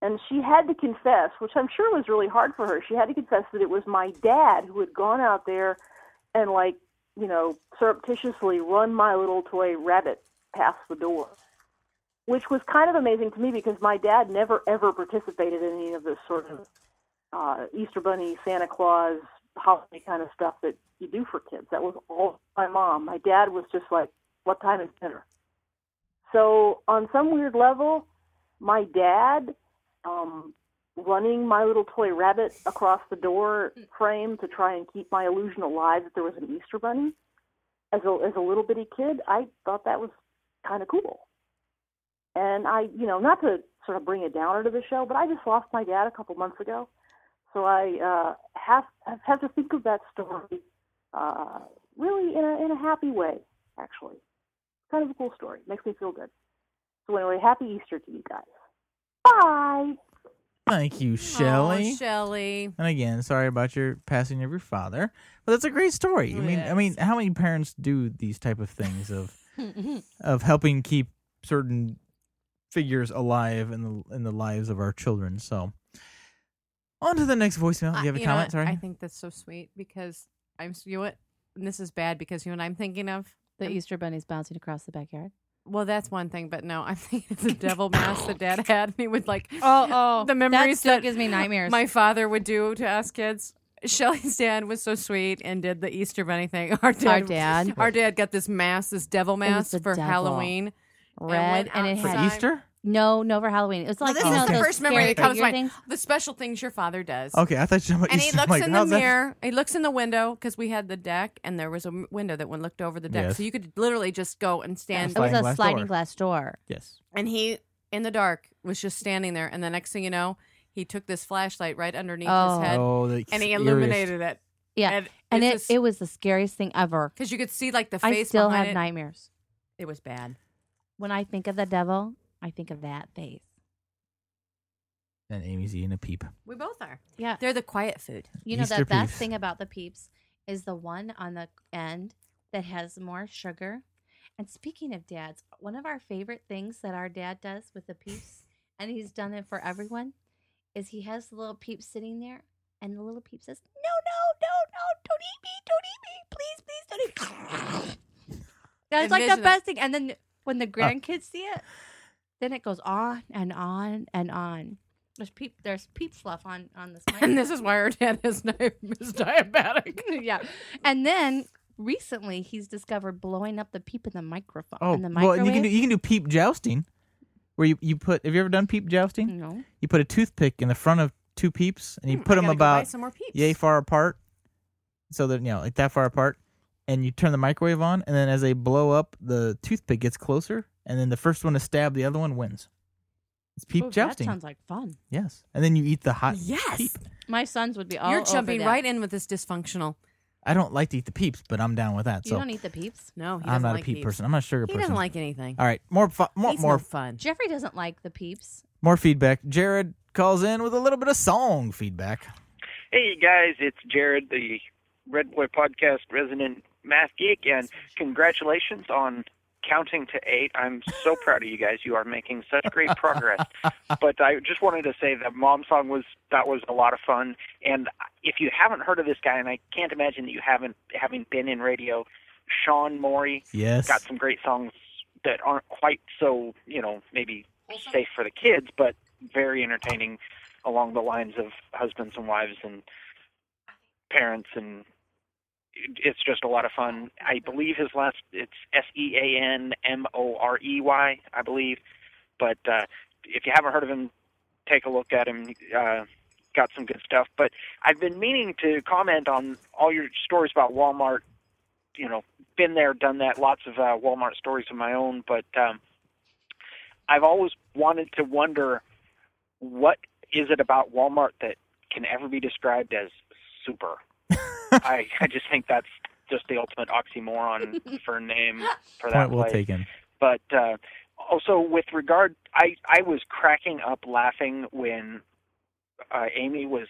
Speaker 15: And she had to confess, which I'm sure was really hard for her, she had to confess that it was my dad who had gone out there and like, you know, surreptitiously run my little toy rabbit past the door. Which was kind of amazing to me because my dad never ever participated in any of this sort of uh, Easter Bunny, Santa Claus, holiday kind of stuff that you do for kids. That was all my mom. My dad was just like, "What time is dinner?" So on some weird level, my dad um, running my little toy rabbit across the door frame to try and keep my illusion alive that there was an Easter Bunny. As a as a little bitty kid, I thought that was kind of cool. And I, you know, not to sort of bring a downer to the show, but I just lost my dad a couple months ago so I uh, have have to think of that story uh, really in a in a happy way, actually. Kind of a cool story. Makes me feel good. So anyway, happy Easter to you guys. Bye.
Speaker 12: Thank you, Shelly.
Speaker 13: Oh, Shelly.
Speaker 12: And again, sorry about your passing of your father, but that's a great story. I mean, I mean, how many parents do these type of things of of helping keep certain figures alive in the in the lives of our children? So, on to the next voicemail. Do Oh, you have a
Speaker 13: You know
Speaker 12: comment?
Speaker 13: what?
Speaker 12: Sorry,
Speaker 13: I think that's so sweet because I'm. You know what? And this is bad because you know what I'm thinking of
Speaker 1: The Easter bunny's bouncing across the backyard.
Speaker 13: Well, that's one thing, but no, I'm thinking of the devil mask that dad had, and he would like,
Speaker 1: Oh, oh,
Speaker 13: the
Speaker 1: that
Speaker 13: memories
Speaker 1: still gives me nightmares.
Speaker 13: My father would do to us kids. Shelly's dad was so sweet and did the Easter bunny thing. Our dad,
Speaker 1: Our dad.
Speaker 13: our dad got this mask, this devil mask
Speaker 1: the
Speaker 13: for
Speaker 1: devil.
Speaker 13: Halloween,
Speaker 1: Red and, it had No, no for Halloween. It was like
Speaker 13: this
Speaker 1: you know,
Speaker 13: is the
Speaker 1: those
Speaker 13: first memory
Speaker 1: scary
Speaker 13: that comes to
Speaker 1: figure
Speaker 13: mind.
Speaker 1: things.
Speaker 13: The special things your father does.
Speaker 12: Okay, I thought you were talking about
Speaker 13: And
Speaker 12: Easter.
Speaker 13: he
Speaker 12: I'm
Speaker 13: looks
Speaker 12: like,
Speaker 13: in the
Speaker 12: how's that-
Speaker 13: mirror. He looks in the window because we had the deck, and there was a m- window that one looked over the deck,
Speaker 12: Yes.
Speaker 13: so you could literally just go and stand.
Speaker 1: It was a sliding glass door.
Speaker 12: Yes.
Speaker 13: And he, in the dark, was just standing there. And the next thing you know, he took this flashlight right underneath
Speaker 1: Oh.
Speaker 13: his head
Speaker 1: Oh, that's
Speaker 13: and he
Speaker 1: scariest.
Speaker 13: illuminated it.
Speaker 1: Yeah, and,
Speaker 13: And
Speaker 1: it it was the scariest thing ever.
Speaker 13: Because you could see like the
Speaker 1: I
Speaker 13: face
Speaker 1: still
Speaker 13: behind
Speaker 1: have
Speaker 13: it.
Speaker 1: nightmares
Speaker 13: It was bad.
Speaker 1: when I think of the devil. I think of that face.
Speaker 12: And Amy's eating a peep.
Speaker 13: We both are.
Speaker 1: Yeah.
Speaker 13: They're the quiet food.
Speaker 1: You know
Speaker 12: Easter
Speaker 1: the best
Speaker 12: peeps.
Speaker 1: thing about the peeps is the one on the end that has more sugar. And speaking of dads, one of our favorite things that our dad does with the peeps, and he's done it for everyone, is he has the little peep sitting there, and the little peep says, "No, no, no, no, don't eat me, don't eat me, please, please, don't eat me." That's like the
Speaker 13: Envision it.
Speaker 1: best thing. And then when the grandkids see it, then it goes on and on and on. There's peep, there's peep fluff on on this. mic.
Speaker 13: And this is why our dad is, ni- is diabetic.
Speaker 1: yeah. And then recently he's discovered blowing up the peep in the microphone.
Speaker 12: Oh,
Speaker 1: in the
Speaker 12: well,
Speaker 1: microwave.
Speaker 12: and you can do you can do peep jousting, where you, you put. Have you ever done peep jousting?
Speaker 1: No.
Speaker 12: You put a toothpick in the front of two peeps, and you
Speaker 13: Hmm,
Speaker 12: put
Speaker 13: I
Speaker 12: them
Speaker 13: gotta go buy
Speaker 12: about
Speaker 13: some more peeps.
Speaker 12: yay far apart, so that you know like that far apart, and you turn the microwave on, and then as they blow up, the toothpick gets closer, and then the first one to stab the other one wins. It's peep
Speaker 1: Ooh,
Speaker 12: jousting.
Speaker 1: That sounds like fun.
Speaker 12: yes, and then you eat the hot.
Speaker 13: Yes.
Speaker 12: peep.
Speaker 1: My sons would be all
Speaker 13: You're
Speaker 1: over
Speaker 13: jumping
Speaker 1: that.
Speaker 13: right in with this dysfunctional.
Speaker 12: I don't like to eat the peeps, but I'm down with that.
Speaker 1: You
Speaker 12: so
Speaker 1: don't eat the peeps.
Speaker 13: No, he doesn't
Speaker 12: I'm not
Speaker 13: like
Speaker 12: a peep
Speaker 13: peeps.
Speaker 12: person. I'm not a sugar
Speaker 13: He
Speaker 12: person.
Speaker 13: doesn't like anything.
Speaker 12: All right, more fu- more
Speaker 13: He's no
Speaker 12: more
Speaker 13: fun.
Speaker 1: Jeffrey doesn't like the peeps.
Speaker 12: More feedback. Jared calls in with a little bit of song feedback.
Speaker 16: Hey guys, it's Jared, the Red Boy Podcast resident math geek, and congratulations on counting to eight. I'm so proud of you guys. You are making such great progress. But I just wanted to say that Mom Song was that was a lot of fun. And if you haven't heard of this guy, and I can't imagine that you haven't, having been in radio, Sean Morey
Speaker 12: Yes.
Speaker 16: got some great songs that aren't quite so you know maybe safe for the kids, but very entertaining along the lines of husbands and wives and parents and it- it's just a lot of fun. I believe his last it's S E A N M O R E Y, I believe. But uh if you haven't heard of him, take a look at him. Uh got some good stuff. But I've been meaning to comment on all your stories about Walmart, you know, been there, done that, lots of uh Walmart stories of my own, but um I've always wanted to wonder what is it about Walmart that can ever be described as super? I, I just think that's just the ultimate oxymoron for a name for that
Speaker 12: Point well
Speaker 16: place.
Speaker 12: taken.
Speaker 16: But uh, also with regard, I I was cracking up laughing when uh, Amy was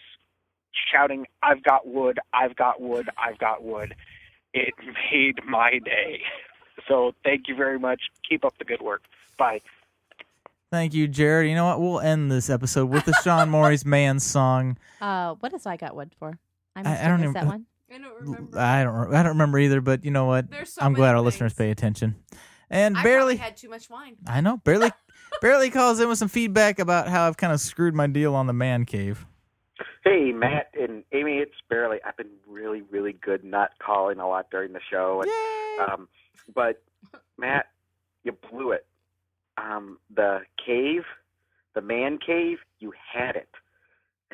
Speaker 16: shouting, "I've got wood! I've got wood! I've got wood!" It made my day. So thank you very much. Keep up the good work. Bye.
Speaker 12: Thank you, Jared. You know what? We'll end this episode with the Sean Morris Man song.
Speaker 1: Uh, what is I got wood for? I,
Speaker 12: I- I
Speaker 1: mistook-
Speaker 12: don't
Speaker 1: is
Speaker 12: even-
Speaker 1: that one.
Speaker 13: I don't
Speaker 12: remember. I don't. re- I don't remember either. But you know what? I'm glad our listeners pay attention. And
Speaker 13: I
Speaker 12: barely.
Speaker 13: probably had too much wine.
Speaker 12: I know. Barely. barely calls in with some feedback about how I've kind of screwed my deal on the man cave.
Speaker 17: Hey, Matt and Amy, it's Barely. I've been really, really good not calling a lot during the show. And, Um, but, Matt, you blew it. Um, the cave, the man cave, you had it.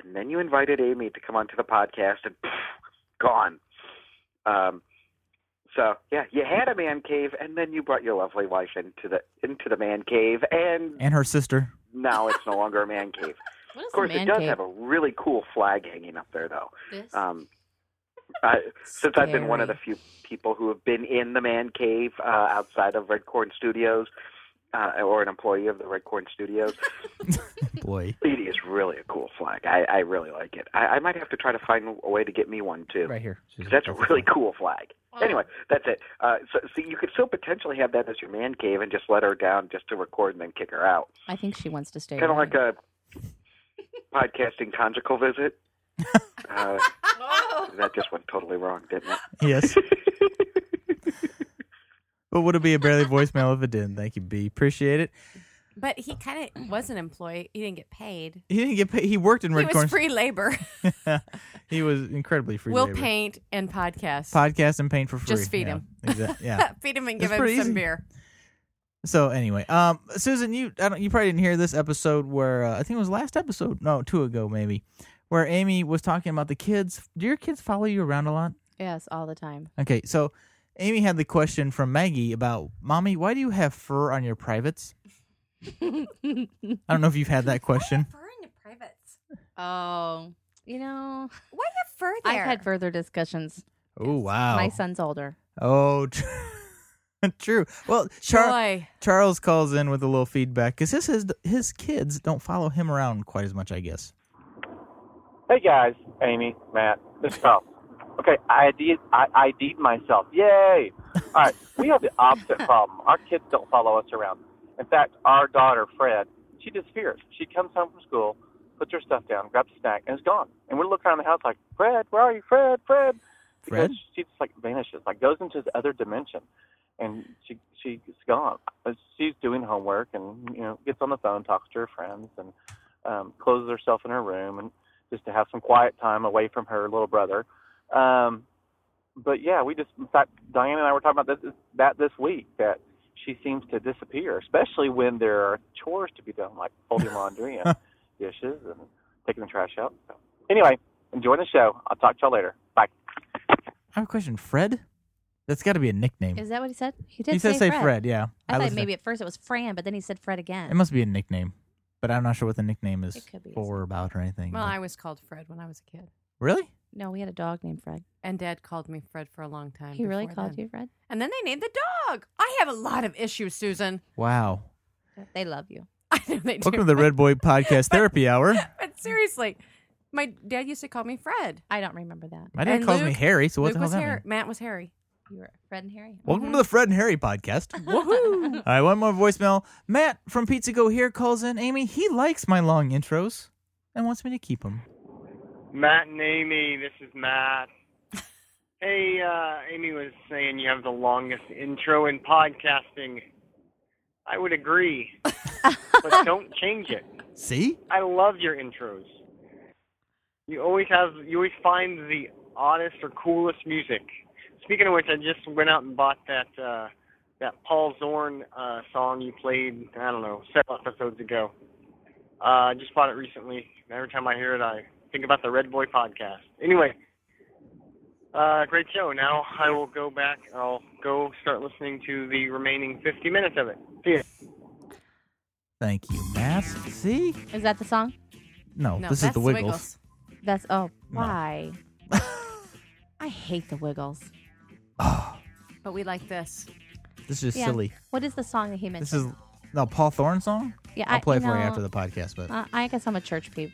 Speaker 17: And then you invited Amy to come onto the podcast, and pff, gone. Um, so yeah, you had a man cave, and then you brought your lovely wife into the into the man cave, and
Speaker 12: And her sister.
Speaker 17: now it's no longer a man cave.
Speaker 1: What is
Speaker 17: of course,
Speaker 1: a man
Speaker 17: it does
Speaker 1: cave?
Speaker 17: have a really cool flag hanging up there, though.
Speaker 1: This?
Speaker 17: Um, I, since I've been one of the few people who have been in the man cave uh, outside of Red Corn Studios, uh, or an employee of the Red Corn Studios,
Speaker 12: Boy.
Speaker 17: it is really a cool flag. I, I really like it. I, I might have to try to find a way to get me one too.
Speaker 12: Right here.
Speaker 17: 'Cause that's a really cool flag. Anyway, that's it. Uh, so, so you could still potentially have that as your man cave and just let her down just to record and then kick her out.
Speaker 1: I think she wants to stay.
Speaker 17: Kind of
Speaker 1: around.
Speaker 17: like a podcasting conjugal visit. uh, that just went totally wrong, didn't it?
Speaker 12: Yes. but would it be a barely voicemail if it didn't? Thank you, B. Appreciate it.
Speaker 13: But he kind of was an employee. He didn't get paid.
Speaker 12: He didn't get paid. He worked in
Speaker 13: He
Speaker 12: Red
Speaker 13: was
Speaker 12: Corn.
Speaker 13: free labor.
Speaker 12: he was incredibly free.
Speaker 13: we'll
Speaker 12: labor.
Speaker 13: paint and podcast.
Speaker 12: Podcast and paint for free.
Speaker 13: Just feed
Speaker 12: yeah.
Speaker 13: him.
Speaker 12: Exactly. Yeah.
Speaker 13: feed him and
Speaker 12: It's
Speaker 13: give him
Speaker 12: pretty
Speaker 13: some
Speaker 12: easy.
Speaker 13: beer.
Speaker 12: So anyway, um, Susan, you I don't, you probably didn't hear this episode where uh, I think it was last episode, no, two ago maybe, where Amy was talking about the kids. Do your kids follow you around a lot?
Speaker 1: Yes, all the time.
Speaker 12: Okay, so Amy had the question from Maggie about, "Mommy, why do you have fur on your privates?" I don't know if you've had that question.
Speaker 1: Oh, you know.
Speaker 13: Why have fur
Speaker 1: I've had further discussions.
Speaker 12: Oh wow!
Speaker 1: My son's older.
Speaker 12: Oh, tr- true. Well, Char-
Speaker 1: Joy.
Speaker 12: Charles calls in with a little feedback because his, his his kids don't follow him around quite as much, I guess.
Speaker 18: Hey guys, Amy, Matt, this is Carl. Okay, I ID'd, I ID'd myself. Yay! All right, we have the opposite problem. Our kids don't follow us around. In fact, our daughter Fred, she disappears. She comes home from school, puts her stuff down, grabs a snack, and is gone. And we're looking around the house like, Fred, where are you, Fred? Fred, because
Speaker 12: Fred?
Speaker 18: she just like vanishes, like goes into this other dimension, and she she's gone. Uh, She's doing homework, and you know gets on the phone, talks to her friends, and um, closes herself in her room, and just to have some quiet time away from her little brother. Um, but yeah, we just in fact Diane and I were talking about this, that this week that she seems to disappear, especially when there are chores to be done like folding laundry and dishes and taking the trash out. So, anyway, enjoy the show. I'll talk to y'all later. Bye.
Speaker 12: I have a question, Fred. That's got to be a nickname.
Speaker 1: Is that what he said? He did
Speaker 12: He
Speaker 1: say
Speaker 12: said say
Speaker 1: Fred.
Speaker 12: Fred, yeah.
Speaker 1: I,
Speaker 12: I
Speaker 1: thought
Speaker 12: listened.
Speaker 1: maybe at first it was Fran, but then he said Fred again.
Speaker 12: It must be a nickname, but I'm not sure what the nickname is
Speaker 1: It could be.
Speaker 12: for or about or anything.
Speaker 13: Well, I was called Fred when I was a kid.
Speaker 12: really?
Speaker 1: No, we had a dog named Fred.
Speaker 13: And dad called me Fred for a long time.
Speaker 1: He really
Speaker 13: before
Speaker 1: called
Speaker 13: then.
Speaker 1: you Fred?
Speaker 13: And then they named the dog. I have a lot of issues, Susan.
Speaker 12: Wow.
Speaker 1: They love you.
Speaker 13: I know they do.
Speaker 12: Welcome to the Red Boy Podcast Therapy Hour.
Speaker 13: But seriously, my dad used to call me Fred.
Speaker 1: I don't remember that.
Speaker 12: My dad calls me Harry, so what
Speaker 13: Luke
Speaker 12: the hell
Speaker 13: was
Speaker 12: does that
Speaker 13: Harry. Matt was Harry.
Speaker 1: You were Fred and Harry.
Speaker 12: Welcome to the Fred and Harry Podcast. All right, one more voicemail. Matt from Pizza Go here calls in. Amy, he likes my long intros and wants me to keep them.
Speaker 19: Matt and Amy, this is Matt. Hey, uh, Amy was saying you have the longest intro in podcasting. I would agree, but don't change it.
Speaker 12: See?
Speaker 19: I love your intros. You always have, you always find the oddest or coolest music. Speaking of which, I just went out and bought that uh, that Paul Zorn uh, song you played. I don't know, several episodes ago. Uh, I just bought it recently. and Every time I hear it, I think about the Red Boy podcast. Anyway, uh, great show. Now I will go back. I'll go start listening to the remaining 50 minutes of it. See ya.
Speaker 12: Thank you, Matt. See?
Speaker 1: Is that the song?
Speaker 12: No, No, this is that's The Wiggles. Wiggles.
Speaker 1: That's oh why? I hate the Wiggles.
Speaker 13: But we like this. Oh,
Speaker 12: This is
Speaker 1: Yeah.
Speaker 12: silly.
Speaker 1: What is the song that he mentioned?
Speaker 12: This is no Paul Thorne song.
Speaker 1: Yeah, I-
Speaker 12: I'll play it
Speaker 1: you
Speaker 12: for you
Speaker 1: know,
Speaker 12: after the podcast. But
Speaker 1: Uh, I guess I'm a church peep.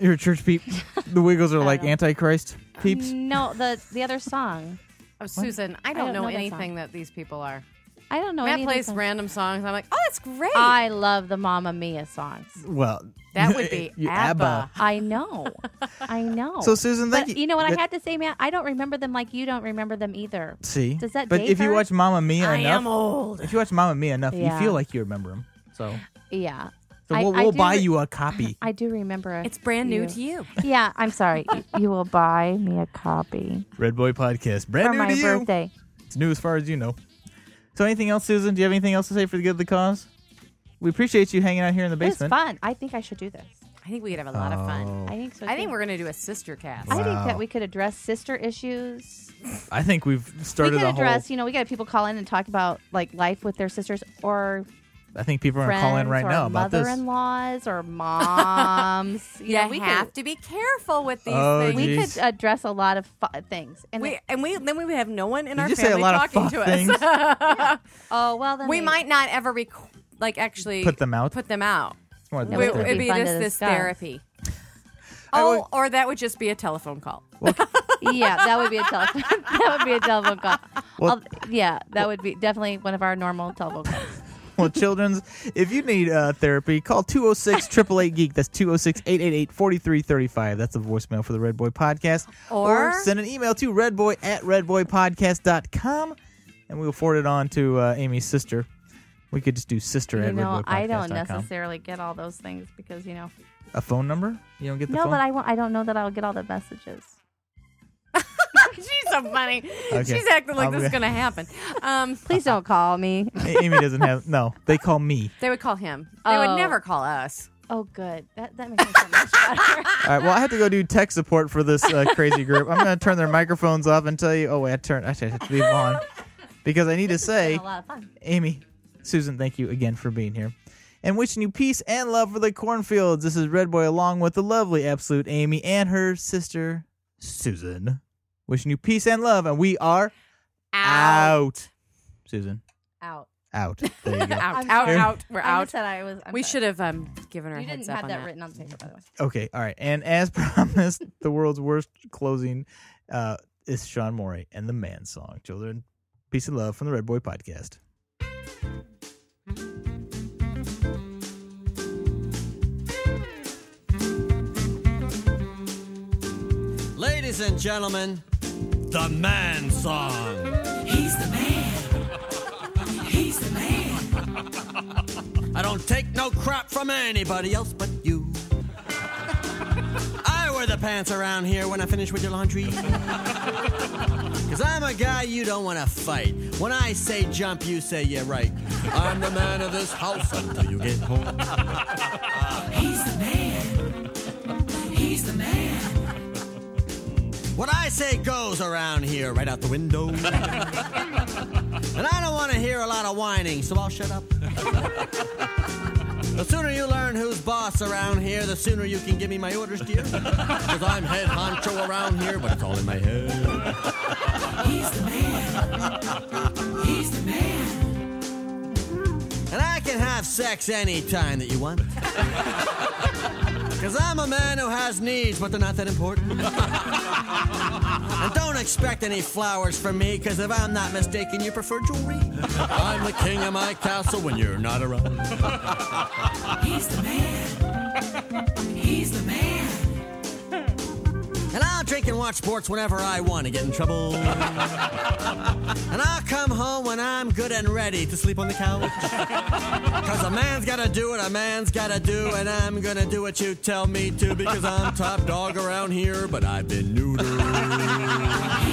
Speaker 12: your church peep, the Wiggles are like Antichrist peeps.
Speaker 1: No, the the other song.
Speaker 13: Oh, Susan, I don't, know, anything
Speaker 1: That
Speaker 13: that these people are.
Speaker 1: song. I don't know.
Speaker 13: Matt
Speaker 1: any of these
Speaker 13: plays
Speaker 1: songs.
Speaker 13: random songs. I'm like, oh, that's great.
Speaker 1: I love the Mamma Mia songs.
Speaker 12: Well,
Speaker 13: That would be
Speaker 12: you-
Speaker 1: I know. I know.
Speaker 12: So, Susan, thank
Speaker 1: But
Speaker 12: you-
Speaker 1: you know what
Speaker 12: that-
Speaker 1: I had to say, Matt? I don't remember them like you don't remember them either.
Speaker 12: See,
Speaker 1: Does that
Speaker 12: But
Speaker 1: date
Speaker 12: if you
Speaker 1: her?
Speaker 12: watch Mamma Mia
Speaker 1: I
Speaker 12: enough,
Speaker 1: am old.
Speaker 12: if you watch Mamma Mia enough,
Speaker 1: Yeah.
Speaker 12: you feel like you remember them. So,
Speaker 1: Yeah.
Speaker 12: so
Speaker 1: I-
Speaker 12: we'll,
Speaker 1: I
Speaker 12: we'll
Speaker 1: do
Speaker 12: buy
Speaker 1: re-
Speaker 12: you a copy.
Speaker 1: I do remember.
Speaker 13: It's brand new to you.
Speaker 1: Yeah, I'm sorry. Y- you will buy me a copy
Speaker 12: Red Boy Podcast, brand
Speaker 1: for
Speaker 12: new
Speaker 1: my
Speaker 12: to you.
Speaker 1: birthday.
Speaker 12: It's new as far as you know. So, anything else, Susan? Do you have anything else to say for the good of the cause? We appreciate you hanging out here in the
Speaker 1: It's
Speaker 12: basement. Oh.
Speaker 1: fun. I think I should do this.
Speaker 13: I think we could have a lot of fun.
Speaker 1: I think so.
Speaker 13: I think
Speaker 1: too.
Speaker 13: we're gonna do a sister cast.
Speaker 1: I think
Speaker 12: Wow.
Speaker 1: that we could address sister issues.
Speaker 12: I think we've
Speaker 1: we
Speaker 12: started
Speaker 1: could
Speaker 12: a
Speaker 1: address,
Speaker 12: whole.
Speaker 1: you know, we got people call in and talk about like life with their sisters or
Speaker 12: I think people are going to call in right
Speaker 1: friends or
Speaker 12: now about this.
Speaker 1: mother-in-laws or moms.
Speaker 13: You have to be careful with these
Speaker 12: Oh,
Speaker 13: things.
Speaker 1: We
Speaker 12: geez.
Speaker 1: could address a lot of fu- things, and
Speaker 13: we, and we then we would have no one in
Speaker 12: Did
Speaker 13: our
Speaker 12: you say a
Speaker 13: family
Speaker 12: lot of
Speaker 13: talking
Speaker 12: fuck
Speaker 13: to
Speaker 12: things?
Speaker 13: us.
Speaker 1: oh well, then
Speaker 13: we
Speaker 1: they-
Speaker 13: might not ever rec- like actually
Speaker 12: Put them out?
Speaker 13: Put them out.
Speaker 12: Well,
Speaker 13: It
Speaker 12: that's
Speaker 13: would-
Speaker 12: therapy.
Speaker 13: it'd be
Speaker 12: Fun
Speaker 1: to
Speaker 13: just this
Speaker 1: discuss.
Speaker 13: therapy. Oh, or that would just be a telephone call.
Speaker 1: yeah, that would be a telephone. that would be a telephone call.
Speaker 12: Well-
Speaker 1: I'll- yeah, that would be definitely one of our normal telephone calls.
Speaker 12: well, children's, if you need uh, therapy, call 206 888 Geek. That's 206 888 4335. That's the voicemail for the Red Boy Podcast.
Speaker 13: Or-
Speaker 12: send an email to redboy at redboypodcast.com and we'll forward it on to uh, Amy's sister. We could just do sister
Speaker 1: You
Speaker 12: at
Speaker 1: know, I don't
Speaker 12: redboypodcast.com.
Speaker 1: necessarily get all those things because you know.
Speaker 12: A phone number? You don't get the
Speaker 1: No,
Speaker 12: phone?
Speaker 1: but I won't, I don't know that I'll get all the messages.
Speaker 13: She's so funny.
Speaker 12: Okay.
Speaker 13: She's acting like
Speaker 12: I'm
Speaker 13: this is going
Speaker 12: gonna-
Speaker 13: to happen. Um,
Speaker 1: Please don't call me.
Speaker 12: A- Amy doesn't have, no, they call me.
Speaker 13: They would call him. They
Speaker 1: Oh.
Speaker 13: would never call us.
Speaker 1: Oh, good. That that makes me so much better.
Speaker 12: All right. Well, I have to go do tech support for this uh, crazy group. I'm going to turn their microphones off and tell you. Oh wait, I turned. Actually, I have to leave them on because I need to say,
Speaker 1: a lot of fun.
Speaker 12: Amy, Susan, thank you again for being here, and wishing you peace and love for the cornfields. This is Red Boy along with the lovely absolute Amy and her sister Susan. Wishing you peace and love, and we are out. Susan,
Speaker 1: Out.
Speaker 12: out. There you go.
Speaker 13: out,
Speaker 1: I'm
Speaker 13: out,
Speaker 1: sorry.
Speaker 13: out. We're
Speaker 1: I
Speaker 13: out.
Speaker 1: just said I was- I'm
Speaker 13: we
Speaker 1: sorry.
Speaker 13: should have um, given her
Speaker 1: You
Speaker 13: heads
Speaker 1: didn't
Speaker 13: up
Speaker 1: have
Speaker 13: on
Speaker 1: that written on the paper, by the way.
Speaker 12: Okay, all right. And as promised, the world's worst closing uh, is Sean Morey and the Man Song. Children, peace and love from the Red Boy Podcast.
Speaker 20: Ladies and gentlemen, the man song. He's the man. He's the man. I don't take no crap from anybody else but you. I wear the pants around here when I finish with your laundry. Cause I'm a guy you don't wanna fight. When I say jump, you say yeah right. I'm the man of this house until you get home. He's the man. He's the man. What I say goes around here, right out the window. and I don't want to hear a lot of whining, so I'll shut up. the sooner you learn who's boss around here, the sooner you can give me my orders, dear. Because I'm head honcho around here, but it's all in my head. He's the man. He's the man. And I can have sex anytime that you want. Because I'm a man who has needs, but they're not that important. and don't expect any flowers from me, because if I'm not mistaken, you prefer jewelry. I'm the king of my castle when you're not around. He's the man. He's the man. And I'll drink and watch sports whenever I want to get in trouble. and I'll come home when I'm good and ready to sleep on the couch. Cause a man's gotta do what a man's gotta do, and I'm gonna do what you tell me to because I'm top dog around here, but I've been neutered.